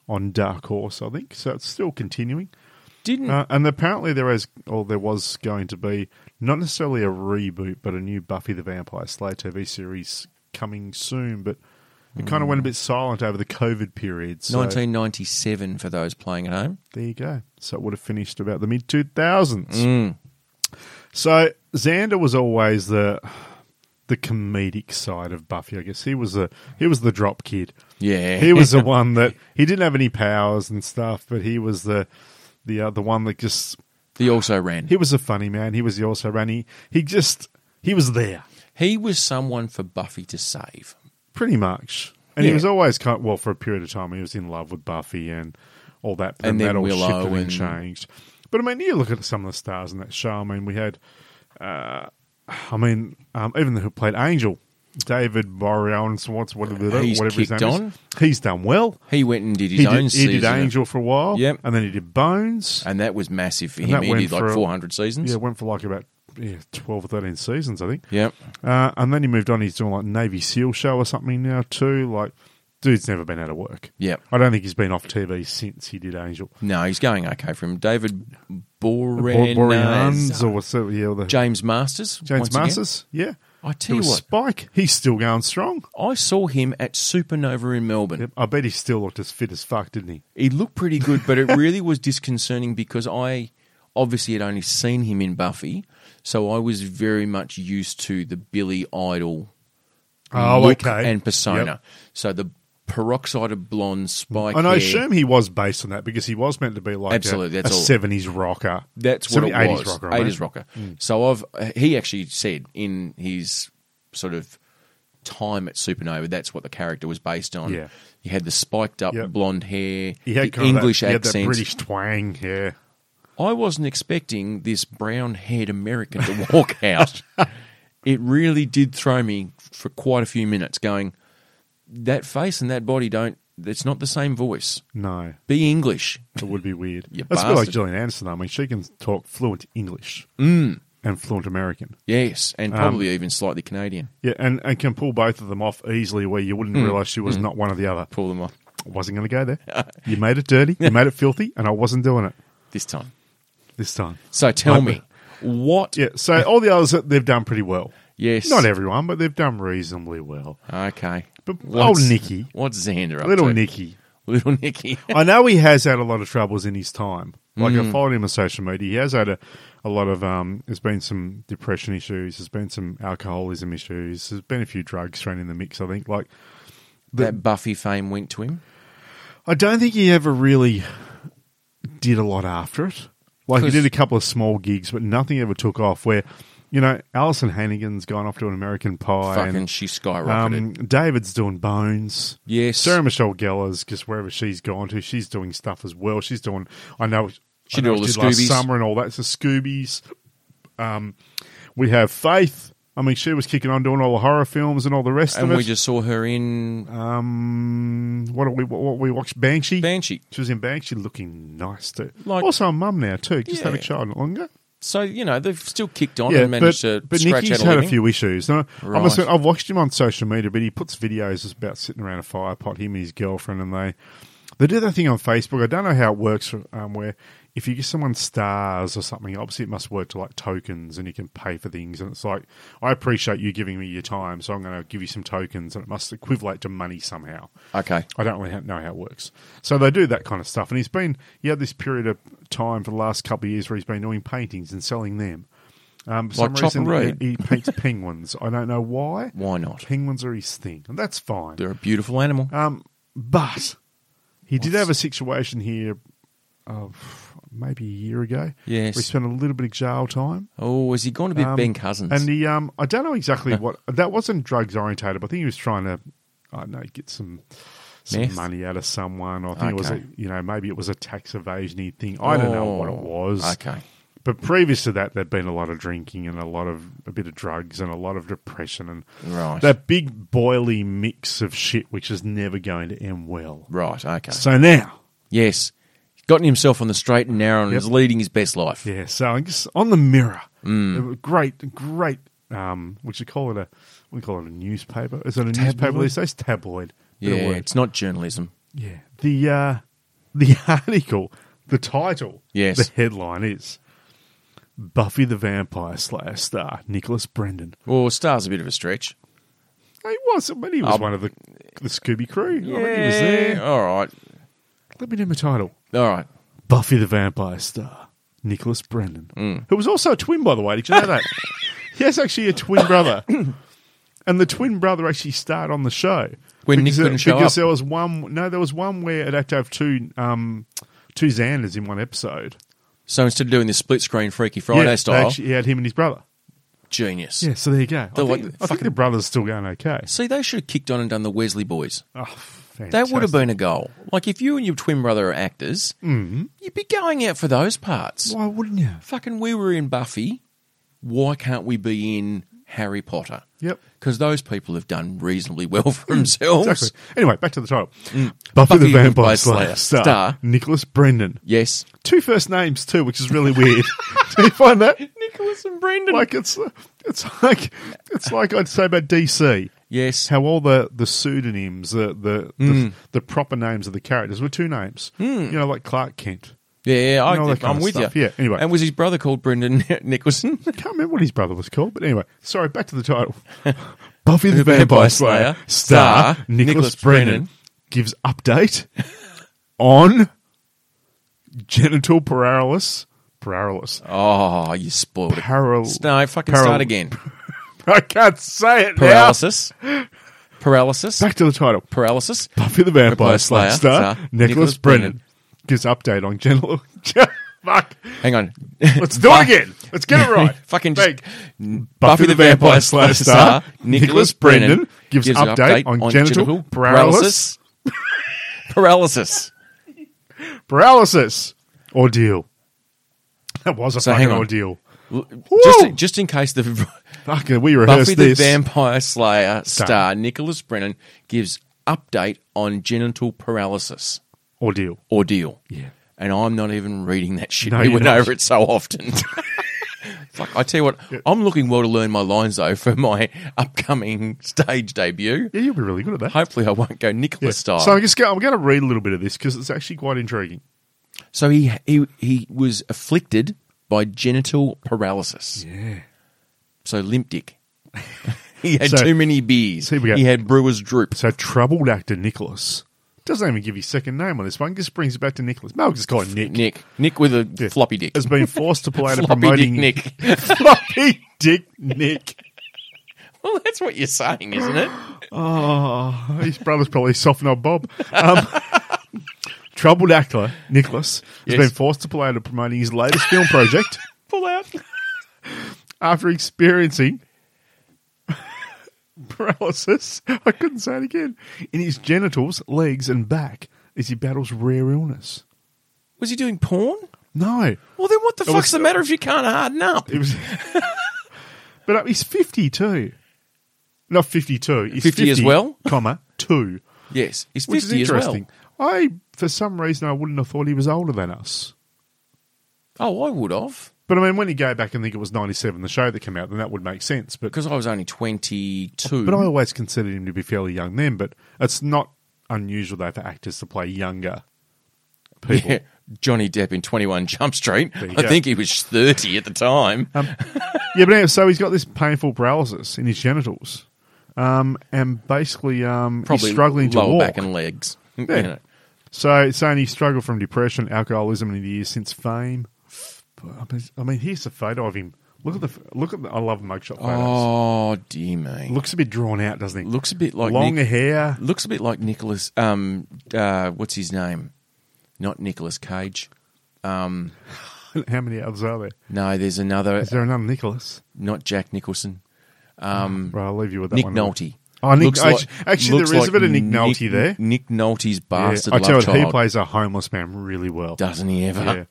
on Dark Horse, I think. So it's still continuing. Didn't Uh, and apparently there is, or there was going to be, not necessarily a reboot, but a new Buffy the Vampire Slayer TV series coming soon. But it kind of went a bit silent over the COVID period. So nineteen ninety seven for those playing at home? there you go. So it would have finished about the mid two thousands. So Xander was always the the comedic side of Buffy. I guess he was the he was the drop kid. Yeah. He was the one that he didn't have any powers and stuff, but he was the the uh, the one that just He also ran. he was a funny man. He was the also ran. He, he just he was there He was someone for Buffy to save. pretty much, and he Yeah. was always kind well for a period of time. He was in love with Buffy and all that, but And then then that all Willow shifted and and- changed. But I mean, you look at some of the stars in that show. I mean, we had, uh, I mean, um, even who played Angel David Boreanaz, what's whatever, He's whatever his kicked name on. is. He's done well. He went and did his He own did, he season, did Angel for a while, Yep. and then he did Bones. and that was massive for And him. that He went did like for a- four hundred seasons. Yeah, went for like about yeah, twelve or thirteen seasons, I think. Yep. Uh, and then he moved on. He's doing like Navy SEAL show or something now too. Like, dude's never been out of work. Yep. I don't think he's been off TV since he did Angel. No, he's going okay for him. David Bor- Boreanaz Boreanaz, or what's it? Yeah, the James Masters. once James again. Masters. Yeah. I There tell you was what, Spike. He's still going strong. I saw him at Supernova in Melbourne. Yep, I bet he still looked as fit as fuck, didn't he? He looked pretty good, but it really was disconcerting because I obviously had only seen him in Buffy, so I was very much used to the Billy Idol Oh, look okay. and persona. Yep. So the peroxide of blonde spike. And I hair, assume he was based on that because he was meant to be like Absolutely, a, that's a all. 70s rocker. That's what 70s, it was. 80s rocker. Hmm. I mean. 80s rocker. So I've he actually said in his sort of time at Supernova, that's what the character was based on. Yeah. He had the spiked up Yep. blonde hair, He had the kind English of that, He accent. had that British twang. Yeah. I wasn't expecting this brown haired American to walk out. it really did throw me for quite a few minutes going, that face and that body don't, it's not the same voice. No, Be English. it would be weird. You That's a bit like bastard. Gillian Anderson. I mean, she can talk fluent English mm. and fluent American. Yes, Um, and probably even slightly Canadian. Yeah, and, and can pull both of them off easily where you Mm. wouldn't realise she was not one or the other. Pull them off I wasn't going to go there. you made it dirty, you made it filthy, and I wasn't doing it this time. this time. So tell Like me, what? Yeah, so all the others, they've done pretty well. Yes. Not everyone, but they've done reasonably well. Okay. But What's- old Nicky, What's Xander up little to? Nicky. Little Nicky. I know he has had a lot of troubles in his time. Like I followed him on social media. He has had a, a lot of um there's been some depression issues, there's been some alcoholism issues, there's been a few drugs thrown in the mix, I think. Like that Buffy fame went to him. I don't think he ever really did a lot after it. Like he 'Cause- did a couple of small gigs, but nothing ever took off where you know, Alison Hannigan's gone off to an American pie Fucking and she skyrocketed. um, David's doing bones. yes. Sarah Michelle Gellar's just wherever she's gone to, she's doing stuff as well. She's doing, I know She I know did all the Scoobies. last summer and all that. So Scoobies. Um, we have Faith. I mean, she was kicking on doing all the horror films and all the rest and of it. we just saw her in uh, um, what did we what, what we watched Banshee. Banshee. she was in Banshee, looking nice too. Like- also, a mum now too. Just had a Yeah. child not long ago. So you know they've still kicked on and managed to but scratch out Nicky's a had a living. few issues. And I, I must Right. admit, I've watched him on social media, but he puts videos just about sitting around a fire pot, him and his girlfriend, and they they do that thing on Facebook. I don't know how it works, um, where if you give someone stars or something, obviously it must work to like tokens, and you can pay for things. And it's like, I appreciate you giving me your time, so I'm going to give you some tokens, and it must equivalent to money somehow. Okay, I don't really ha- know how it works. So they do that kind of stuff. And he's been, he had this period of time for the last couple of years where he's been doing paintings and selling them. Um, for Like some Chopper reason, Reed. He, he paints penguins. I don't know why. why not? Penguins are his thing, and that's fine. They're a beautiful animal. Um, but he did have a situation here of maybe a year ago. Yes. Where he spent a little bit of jail time. oh, has he gone a bit Um, Ben Cousins? And he, um, I don't know exactly what that wasn't drugs orientated. But I think he was trying to, I don't know, get some some Meth? money out of someone. I think it was, a, Okay. you know, maybe it was a tax evasiony thing. I don't know what it Oh, was. Okay, But previous to that, there'd been a lot of drinking and a lot of a bit of drugs and a lot of depression and Right. that big boily mix of shit, which is never going to end well. right. Okay, So now, yes, he's gotten himself on the straight and narrow and Yep. is leading his best life. Yeah, so I guess on the mirror, Mm. A great, great. Um, would you call it a? We call it a newspaper. Is it a newspaper Tabloid? these days? Tabloid. Bit of Yeah, words. it's not journalism. yeah. The uh, the article, the title, Yes. the headline is Buffy the Vampire Slayer star Nicholas Brendan. Well, Star's a bit of a stretch. He was, but he was Um, one of the the Scooby Oh, Crew. I mean, he was Yeah, there. all right, Let me name a title. all right. Buffy the Vampire Star, Nicholas Brennan, who was also a twin, by the way. Did you know that? he has actually a twin brother. And the twin brother actually starred on the show When Nick because, couldn't show because up. there was one. No, there was one where it had to have two um, two Xanders in one episode. So instead of doing this split screen Freaky Friday Yeah, they style, actually- he had him and his brother. genius. Yeah, so there you go. I They're think, like I think fucking- the brother's still going okay. See, they should have kicked on and done the Wesley boys. Oh, fantastic. That would have been a goal. Like if you and your twin brother are actors, Mm-hmm. you'd be going out for those parts. Why wouldn't you? Fucking, we were in Buffy. Why can't we be in Harry Potter. Yep. Because those people have done reasonably well for themselves. Mm, Exactly. Anyway, back to the title. Buffy, the Vampire Slayer, star, star. Nicholas Brendan. Yes. Two first names too, which is really weird. Do you find that? Nicholas and Brendan. Like it's it's like it's like I'd say about DC. yes. How all the, the pseudonyms, the the, the the proper names of the characters were two names. You know, like Clark Kent. yeah, I, all that kind I'm of with stuff. you. Yeah, anyway. And was his brother called Brendan Nicholson? I can't remember what his brother was called, but anyway. Sorry, back to the title. Buffy the, Vampire Slayer, star, Nicholas, Brennan, gives update on genital paralysis. Paralysis. Oh, you spoiled it. Paral- No, fucking paral- start again. I can't say it now. Paralysis. Paralysis. Back to the title. Paralysis. Buffy the Vampire Vampire Slayer, Slayer, star, star, Nicholas, Nicholas Brennan. Brennan. gives update on genital. Fuck. Hang on. Let's do it again. Let's get it right. Fucking just- Big. Buffy the Vampire Slayer star, Nicholas Brennan gives an update on genital paralysis. paralysis. paralysis ordeal. That was a So fucking hang on. ordeal. paralysis. Just, Woo! just in case the Fucking, we rehearsed Buffy the this. Vampire Slayer star, Star. Nicholas Brennan gives update on genital paralysis ordeal. ordeal. Yeah. And I'm not even reading that shit. No, we you're went not. over it so often. Fuck, I tell you what, I'm looking well to learn my lines though for my upcoming stage debut. Yeah, you'll be really good at that. Hopefully, I won't go Nicholas Yeah. style. So I'm just go, I'm going to read a little bit of this because it's actually quite intriguing. So he he he was afflicted by genital paralysis. Yeah. So limp dick. he had So- too many beers. so here we go. He had brewer's droop. So troubled actor Nicholas doesn't even give his second name on this one. Just brings it back to Nicholas. Maybe we'll just call him Nick. Nick Nick with a floppy dick. Has been forced to play the Floppy promoting dick Nick. floppy dick Nick. well, that's what you're saying, isn't it? Oh, his brother's probably soft knob Bob. Um, troubled actor Nicholas has Yes. been forced to play out of promoting his latest film project Pull out. after experiencing paralysis. I couldn't say it again in his genitals, legs, and back as he battles rare illness. Was he doing porn? No, Well, then what the was- fuck's the matter if you can't harden up? it was. but uh, he's fifty-two. Not fifty-two. He's 50 as well? comma two. Yes, he's which is fifty as well. interesting. I, for some reason, I wouldn't have thought he was older than us. Oh, I would have But I mean, when you go back and think it was '97, the show that came out, then that would make sense. But because I was only twenty two. but I always considered him to be fairly young then. But it's not unusual though for actors to play younger people. Yeah, Johnny Depp in Twenty One Jump Street. you I go. think he was thirty at the time. Yeah, but anyway, so he's got this painful paralysis in his genitals, um, and basically um, Probably he's struggling to lower walk. back and legs. You know. So it's saying he struggled from depression, alcoholism in the years since fame. I mean- I mean, here's a photo of him. Look at the look at the. I love mugshot photos. Oh dear me! Looks a bit drawn out, doesn't he? looks a bit like long Nic- hair. looks a bit like Nicholas. Um, uh, what's his name? Not Nicholas Cage. How many others are there? No, there's another. Is there another Nicholas? Not Jack Nicholson. Right, I'll leave you with Mm. that Nick one. Nolte. Oh, Nick- Looks actu- actually, looks there is a bit of Nick Nolte there. Nick Nolte's Yeah, bastard I tell love you, he child. plays a homeless man really well. Doesn't he ever? Yeah.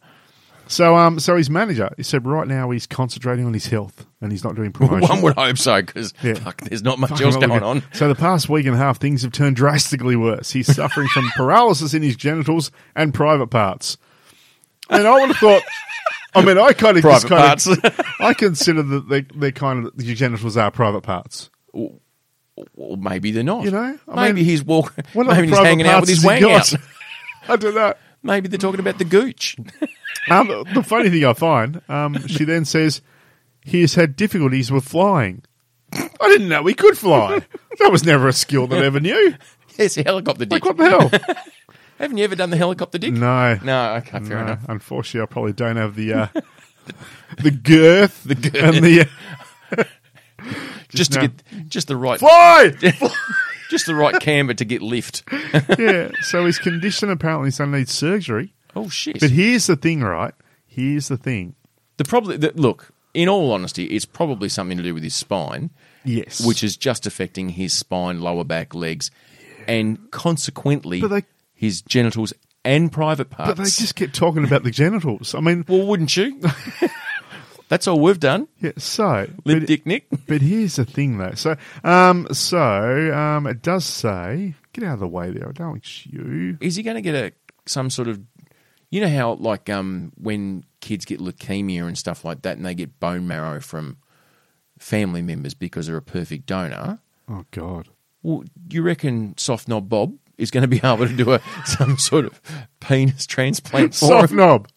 So, um, so his manager, he said, right now he's concentrating on his health and he's not doing promotion. One would hope so, because Yeah. fuck, there's not much Fucking else hell, look going at- on. So the past week and a half, things have turned drastically worse. He's suffering from paralysis in his genitals and private parts. And I would have thought, I mean, I kind of Private just parts. kind of, I consider that they, they're kind of your genitals are private parts. Well, maybe they're not. You know, I maybe mean, he's walking. What other Maybe he's private hanging out with his parts has he wang out. got? I don't know. Maybe they're talking about the gooch. Um, the funny thing I find, um, she then says he has had difficulties with flying. I didn't know he could fly. That was never a skill that I ever knew. It's a helicopter dick. Like what the hell? Haven't you ever done the helicopter dick? No, No, okay, fair No, enough. Uh, Unfortunately, I probably don't have the uh, the girth, the girth, and the uh, Just, to no. get just the right fly. just the right camber to get lift. yeah. So his condition apparently is going to need surgery. Oh shit. But here's the thing, right? Here's the thing. the problem the, look, in all honesty, it's probably something to do with his spine, Yes, which is just affecting his spine, lower back, legs, and consequently But they- his genitals and private parts. but they just kept talking about the genitals. I mean, well, wouldn't you? That's all we've done. Yeah, so Limp but, Dick Nick. but here's the thing though. So um so um it does say get out of the way there, I don't want you. Is he going to get a some sort of, you know how like um when kids get leukemia and stuff like that, and they get bone marrow from family members because they're a perfect donor. Oh god. Well, you reckon soft knob Bob is going to be able to do a some sort of penis transplant for Soft him? knob.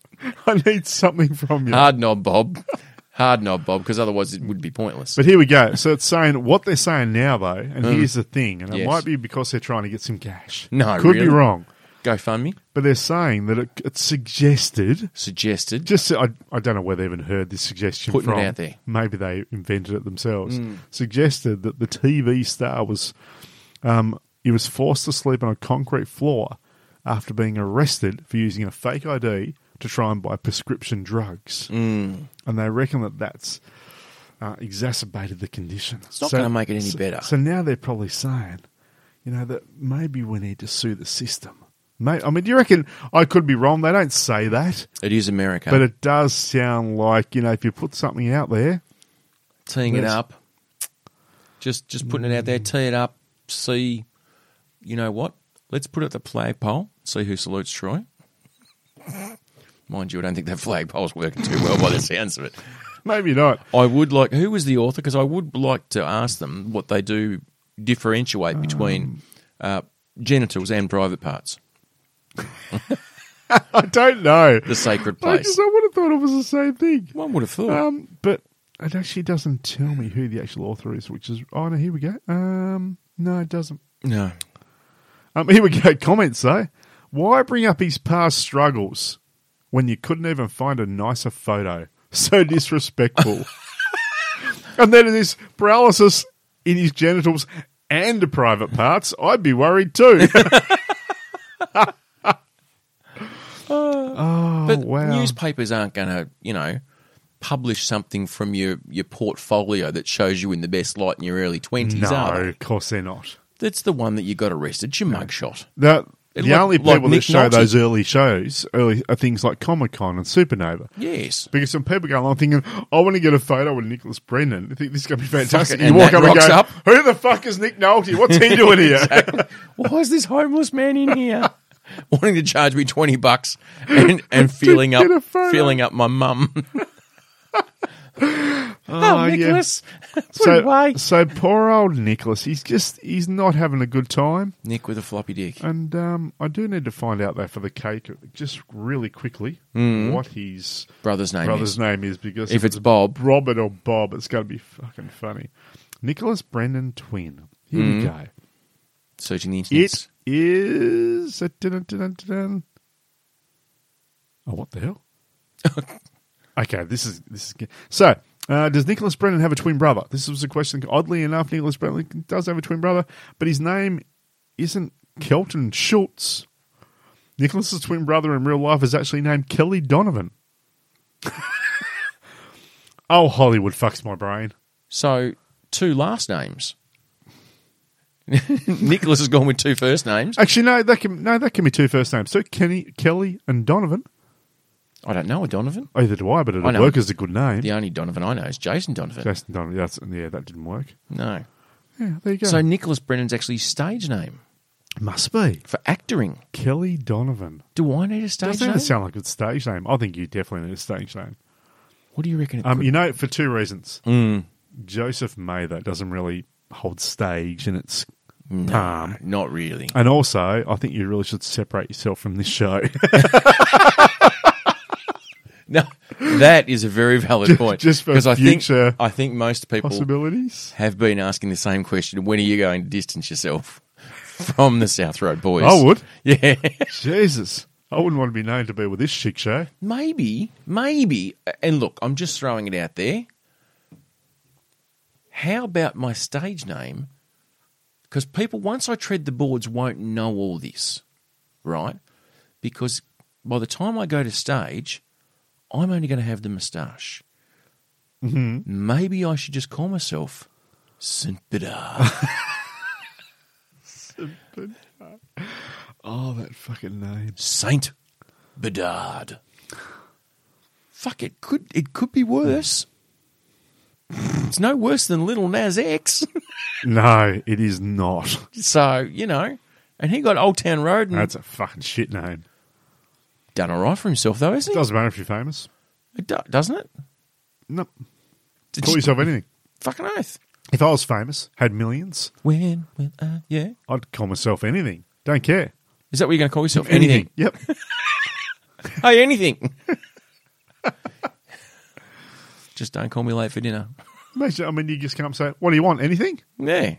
I need something from you. Hard knob Bob, hard knob Bob, because otherwise it would be pointless. But here we go. So it's saying what they're saying now, though, and here's the thing, and Mm. Yes. it might be because they're trying to get some cash. No, could really? be wrong, GoFundMe but they're saying that it, it's suggested. suggested. Just I, I don't know where they even heard this suggestion Putting it from. out there. Hmm. Maybe they invented it themselves. Suggested that the TV star was, um, he was forced to sleep on a concrete floor after being arrested for using a fake ID to try and buy prescription drugs, Hmm. and they reckon that that's. Uh, exacerbated the condition. It's not gonna make it any better. So now they're probably saying, you know, that maybe we need to sue the system. May I mean, do you reckon I could be wrong? They don't say that. It is America. But it does sound like, you know, if you put something out there, teeing it Yes. up. Just just putting it out there, tee it up, see you know what? Let's put it at the flagpole, see who salutes Troy. Mind you, I don't think that flagpole's working too well by the sounds of it. maybe not. I would like who was the author because I would like to ask them what they do differentiate between Um. uh, genitals and private parts. I don't know. The sacred I place. just I would have thought it was the same thing. One would have thought. Um, but it actually doesn't tell me who the actual author is, which is oh no, here we go. Um, no, it doesn't. no. Um, here we go. Comments though. Why bring up his past struggles when you couldn't even find a nicer photo? So disrespectful. and then it is paralysis in his genitals and private parts. I'd be worried too. oh But wow! newspapers aren't going to, you know, publish something from your, your portfolio that shows you in the best light in your early 20s, no, are they? of course they're not. That's the one that you got arrested, your mugshot. The, the Like- only like people that Nick show Nolte. those early shows early are things like Comic Con and Supernova. Yes. Because some people go along thinking, I want to get a photo with Nicholas Brennan. I think this is going to be fantastic. Fucking- you and walk that up and rocks go, up. Who the fuck is Nick Nolte? What's he doing here? Why is this homeless man in here? Wanting to charge me 20 bucks and, and feeling up get a photo. feeling up my mum. oh, Oh, yeah. Nicholas. Put it So, away. so poor old Nicholas, he's just, he's not having a good time. Nick with a floppy dick. And um, I do need to find out, though, for the cake, just really quickly, what his Mm-hmm. Brother's name brother's is. name is. Because If it's Bob, Robert or Bob, it's going to be fucking funny. Nicholas Brennan Twin. Here Mm-hmm. we go. searching the internet. It is. dun, dun, dun, dun. Oh, what the hell? okay, this is this is good. so. Uh, does Nicholas Brennan have a twin brother? This was a question. Oddly enough, Nicholas Brennan does have a twin brother, but his name isn't Kelton Schultz. Nicholas's twin brother in real life is actually named Kelly Donovan. oh, Hollywood fucks my brain. So two last names. Nicholas has gone with two first names. Actually, no, that can no, that can be two first names. So Kenny, Kelly, and Donovan. I don't know a Donovan. Either do I, but I it'll know. work as a good name. The only Donovan I know is Jason Donovan. Jason Donovan. That's, yeah, that didn't work. No. Yeah, there you go. So Nicholas Brennan's actually his stage name must be for acting. Kelly Donovan. Do I need a stage Doesn't name? that sound like a stage name? I think you definitely need a stage name. what do you reckon? It Um, could- you know, for two reasons. Joseph May though doesn't really hold stage in its Mm. palm, Not really. and also I think you really should separate yourself from this show. No, that is a very valid point. just for 'Cause I future think I think most people Possibilities. have been asking the same question. When are you going to distance yourself from the South Road Boys? I would. Yeah. Jesus, I wouldn't want to be known to be with this chick show. maybe, maybe, and look, I'm just throwing it out there. How about my stage name? Because people, once I tread the boards, won't know all this, right? Because by the time I go to stage, I'm only going to have the moustache. Mm-hmm. Maybe I should just call myself Saint Bidar. Oh, that fucking name. Saint Bedard. fuck it could it could be worse. It's no worse than Little Nas X. No, it is not. so you know, and he got Old Town Road and That's a fucking shit name. done all right for himself though, hasn't he? Doesn't matter if you're famous. It do- doesn't it? No, Did call you- yourself anything. fucking oath. If I was famous, had millions, When will I? Yeah. I'd call myself anything. Don't care. Is that what you're going to call yourself? Yep. Anything. hey, anything. Just don't call me late for dinner. Imagine. I mean, you just come up and say, "What do you want? Anything?" Yeah.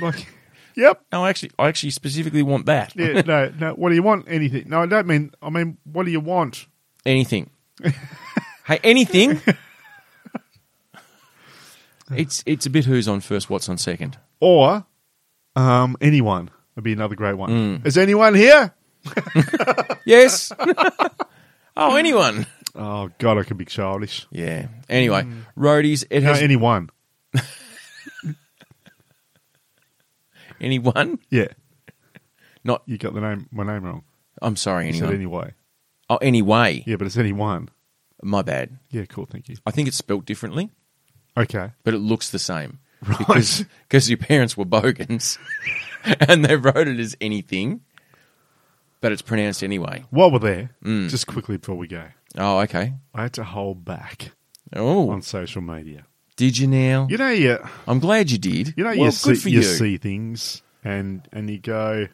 Like, yep. No, I actually, I actually specifically want that. Yeah. No. No. What do you want? Anything? No, I don't mean. I mean, what do you want? Anything. hey, anything. it's it's a bit who's on first, what's on second. Or, um, anyone would be another great one. Is anyone here? Yes. oh, anyone. Oh God, I could be childish. Yeah. Anyway, roadies. It No, has anyone. anyone. Yeah. Not- You got the name. My name wrong. I'm sorry. You said Anyone. anyway. oh, anyway. Yeah, but it's anyone. My bad. Yeah. Cool. Thank you. I think it's spelt differently. Okay. but it looks the same Right. because because your parents were bogans and they wrote it as anything, but it's pronounced anyway. While we're there, Mm. just quickly before we go, Oh, okay. I had to hold back Oh, on social media. did you now? You know, you I'm glad you did. you know, well, you good see for you. you. see things, and and you go,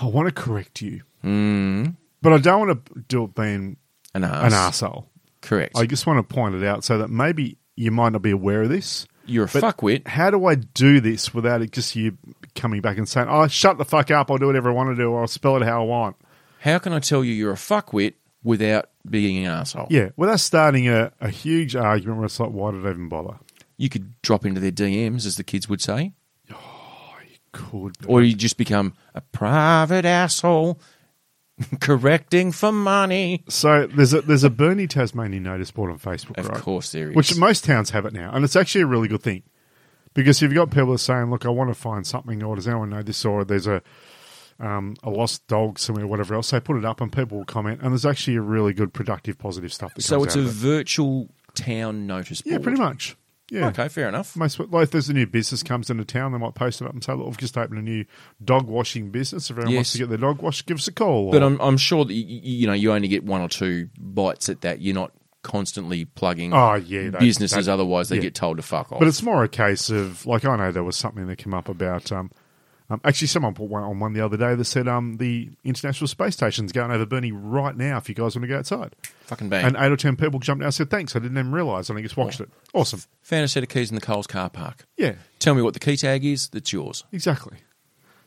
I want to correct you, Mm, but I don't want to do it being an ass. an asshole. Correct. I just want to point it out so that maybe you might not be aware of this. You're a but- fuckwit. How do I do this without it just you coming back and saying, "Oh, shut the fuck up! I'll do whatever I want to do, or I'll spell it how I want." How can I tell you you're a fuckwit without being an asshole? Yeah, without starting a, a huge argument where it's like, "Why did I even bother?" You could drop into their DMs, as the kids would say, Could or you just become a private asshole correcting for money. So there's a there's a Bernie Tasmanian notice board on Facebook, Of right? course, there is. Which most towns have it now, and it's actually a really good thing because you've got people saying, "Look, I want to find something," or does anyone know this, or there's a um, a lost dog somewhere, whatever else. They put it up, and people will comment, and there's actually a really good, productive, positive stuff that So comes it's out a of it. virtual town notice board. yeah, pretty much. Yeah. Okay, fair enough. Most, like if there's a new business comes into town, they might post it up and say, "Look, we've just opened a new dog washing business. If anyone wants Yes. to get their dog washed, give us a call." But or- I'm, I'm sure that you, you know you only get one or two bites at that. You're not constantly plugging oh yeah, they- businesses. they- otherwise, they yeah. get told to fuck off. But it's more a case of like I know there was something that came up about. Um, um, actually, someone put one on one the other day that said um, the International Space Station's going over Burnie right now. If you guys want to go outside, fucking bang. Oh. and eight or ten people jumped out and said thanks. I didn't even realise, and I just watched it. Awesome. Found a set of keys in the Coles car park. Yeah, Tell me what the key tag is. That's yours. exactly.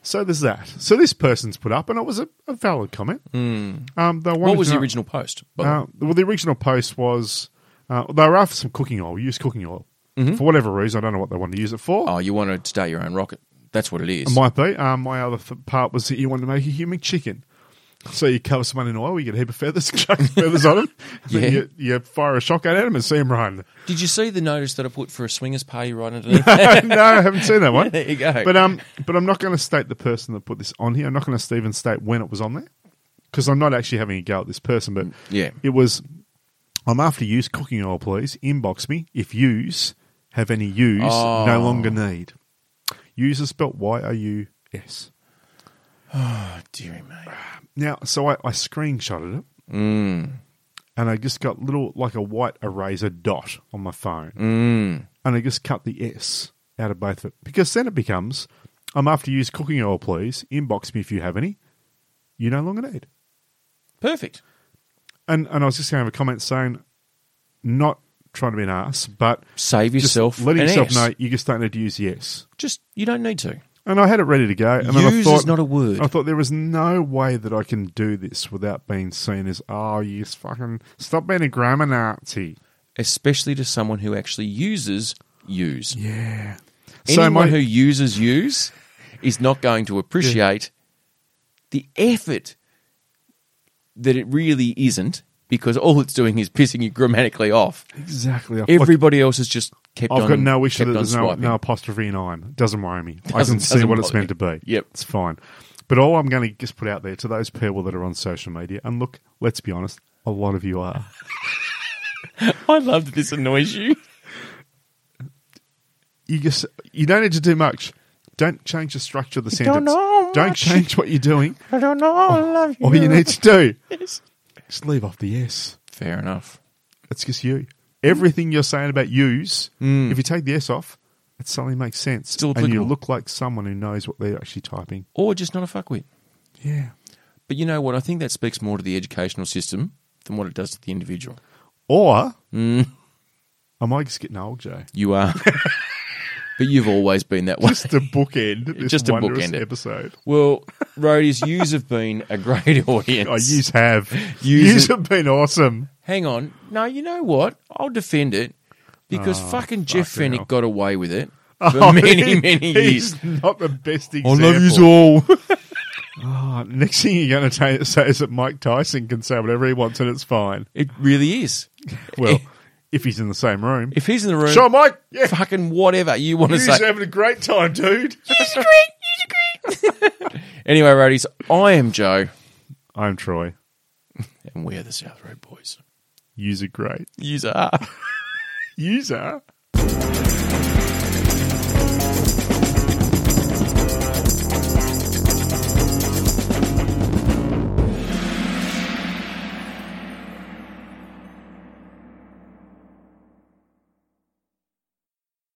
So there's that. So this person's put up, and it was a, a valid comment. Um, they Hmm. What wanted was to the know- original post? by the way? Uh, well, the original post was uh, they were after some cooking oil. We use cooking oil for whatever reason. I don't know what they wanted to use it for. Mm-hmm. oh, you want to start your own rocket? That's what it is. Might be. Um, my other th- part was that you wanted to make a human chicken. So you cover someone in oil, you get a heap of feathers, chuck the feathers on them, Yeah. then you, you fire a shotgun at him and see him run. Did you see the notice that I put for a swingers party right underneath? no, I haven't seen that one. there you go. But um, but I'm not going to state the person that put this on here. I'm not going to even state when it was on there because I'm not actually having a go at this person. But Mm, yeah. it was. I'm after use cooking oil, please. Inbox me if use have any use no Oh. longer need. Use is spelt Y O U S. Oh, dearie me. Now, so I, I screenshotted it, Mm. and I just got little like a white eraser dot on my phone, Mm. and I just cut the S out of both of it because then it becomes, I'm after use cooking oil, please inbox me if you have any. You no longer need, Perfect. and and I was just going to have a comment saying, not trying to be an ass, but Save just yourself. letting an yourself S. know you just don't need to use the S. Just you don't need to. And I had it ready to go, and then I Use thought, is not a word. I thought there was no way that I can do this without being seen as, oh, you just fucking stop being a grammar Nazi. especially to someone who actually uses use. Yeah. So Anyone my, who uses use is not going to appreciate the effort that it really isn't because all it's doing is pissing you grammatically off. exactly. I've, Everybody else has just kept I've on. got no issue kept that on there's no, swiping. no apostrophe in I'm. It doesn't worry me. I Doesn't- can see doesn't what it's bother meant to be. Yep. It's fine. But all I'm going to just put out there to those people that are on social media, and look, let's be honest, A lot of you are. I love that this annoys you. You just you don't need to do much. Don't change the structure of the don't sentence. know Don't much. change what you're doing. I don't know. I love All you need to do Yes. is leave off the yes. Fair enough. It's just you. Everything you're saying about yous, if you take the S off, it suddenly makes sense. Mm. Still and you applicable. look like someone who knows what they're actually typing. Or just not a fuckwit. Yeah. But you know what? I think that speaks more to the educational system than what it does to the individual. Or Hmm. am I just getting old, Jay? You are. but you've always been that way. Just a bookend. This Just to wondrous bookend it. episode. Well, Roadies, yous have been a great audience. Oh, yous have. Yous Yous, have- have been awesome. Hang on. No, you know what? I'll defend it because fucking Jeff Ah, fucking Fennick hell. got away with it for Oh, many, he- many years. he's not the best example. yous all. oh, next thing you're going to say is that Mike Tyson can say whatever he wants and it's fine. It really is. Well, if he's in the same room. If he's in the room, Sure, Mike. Yeah, fucking whatever you want to You're say. having a great time, dude. Anyway, Roadies, I am Joe, I'm Troy. and we're the South Road Boys. User great. Yous are. User.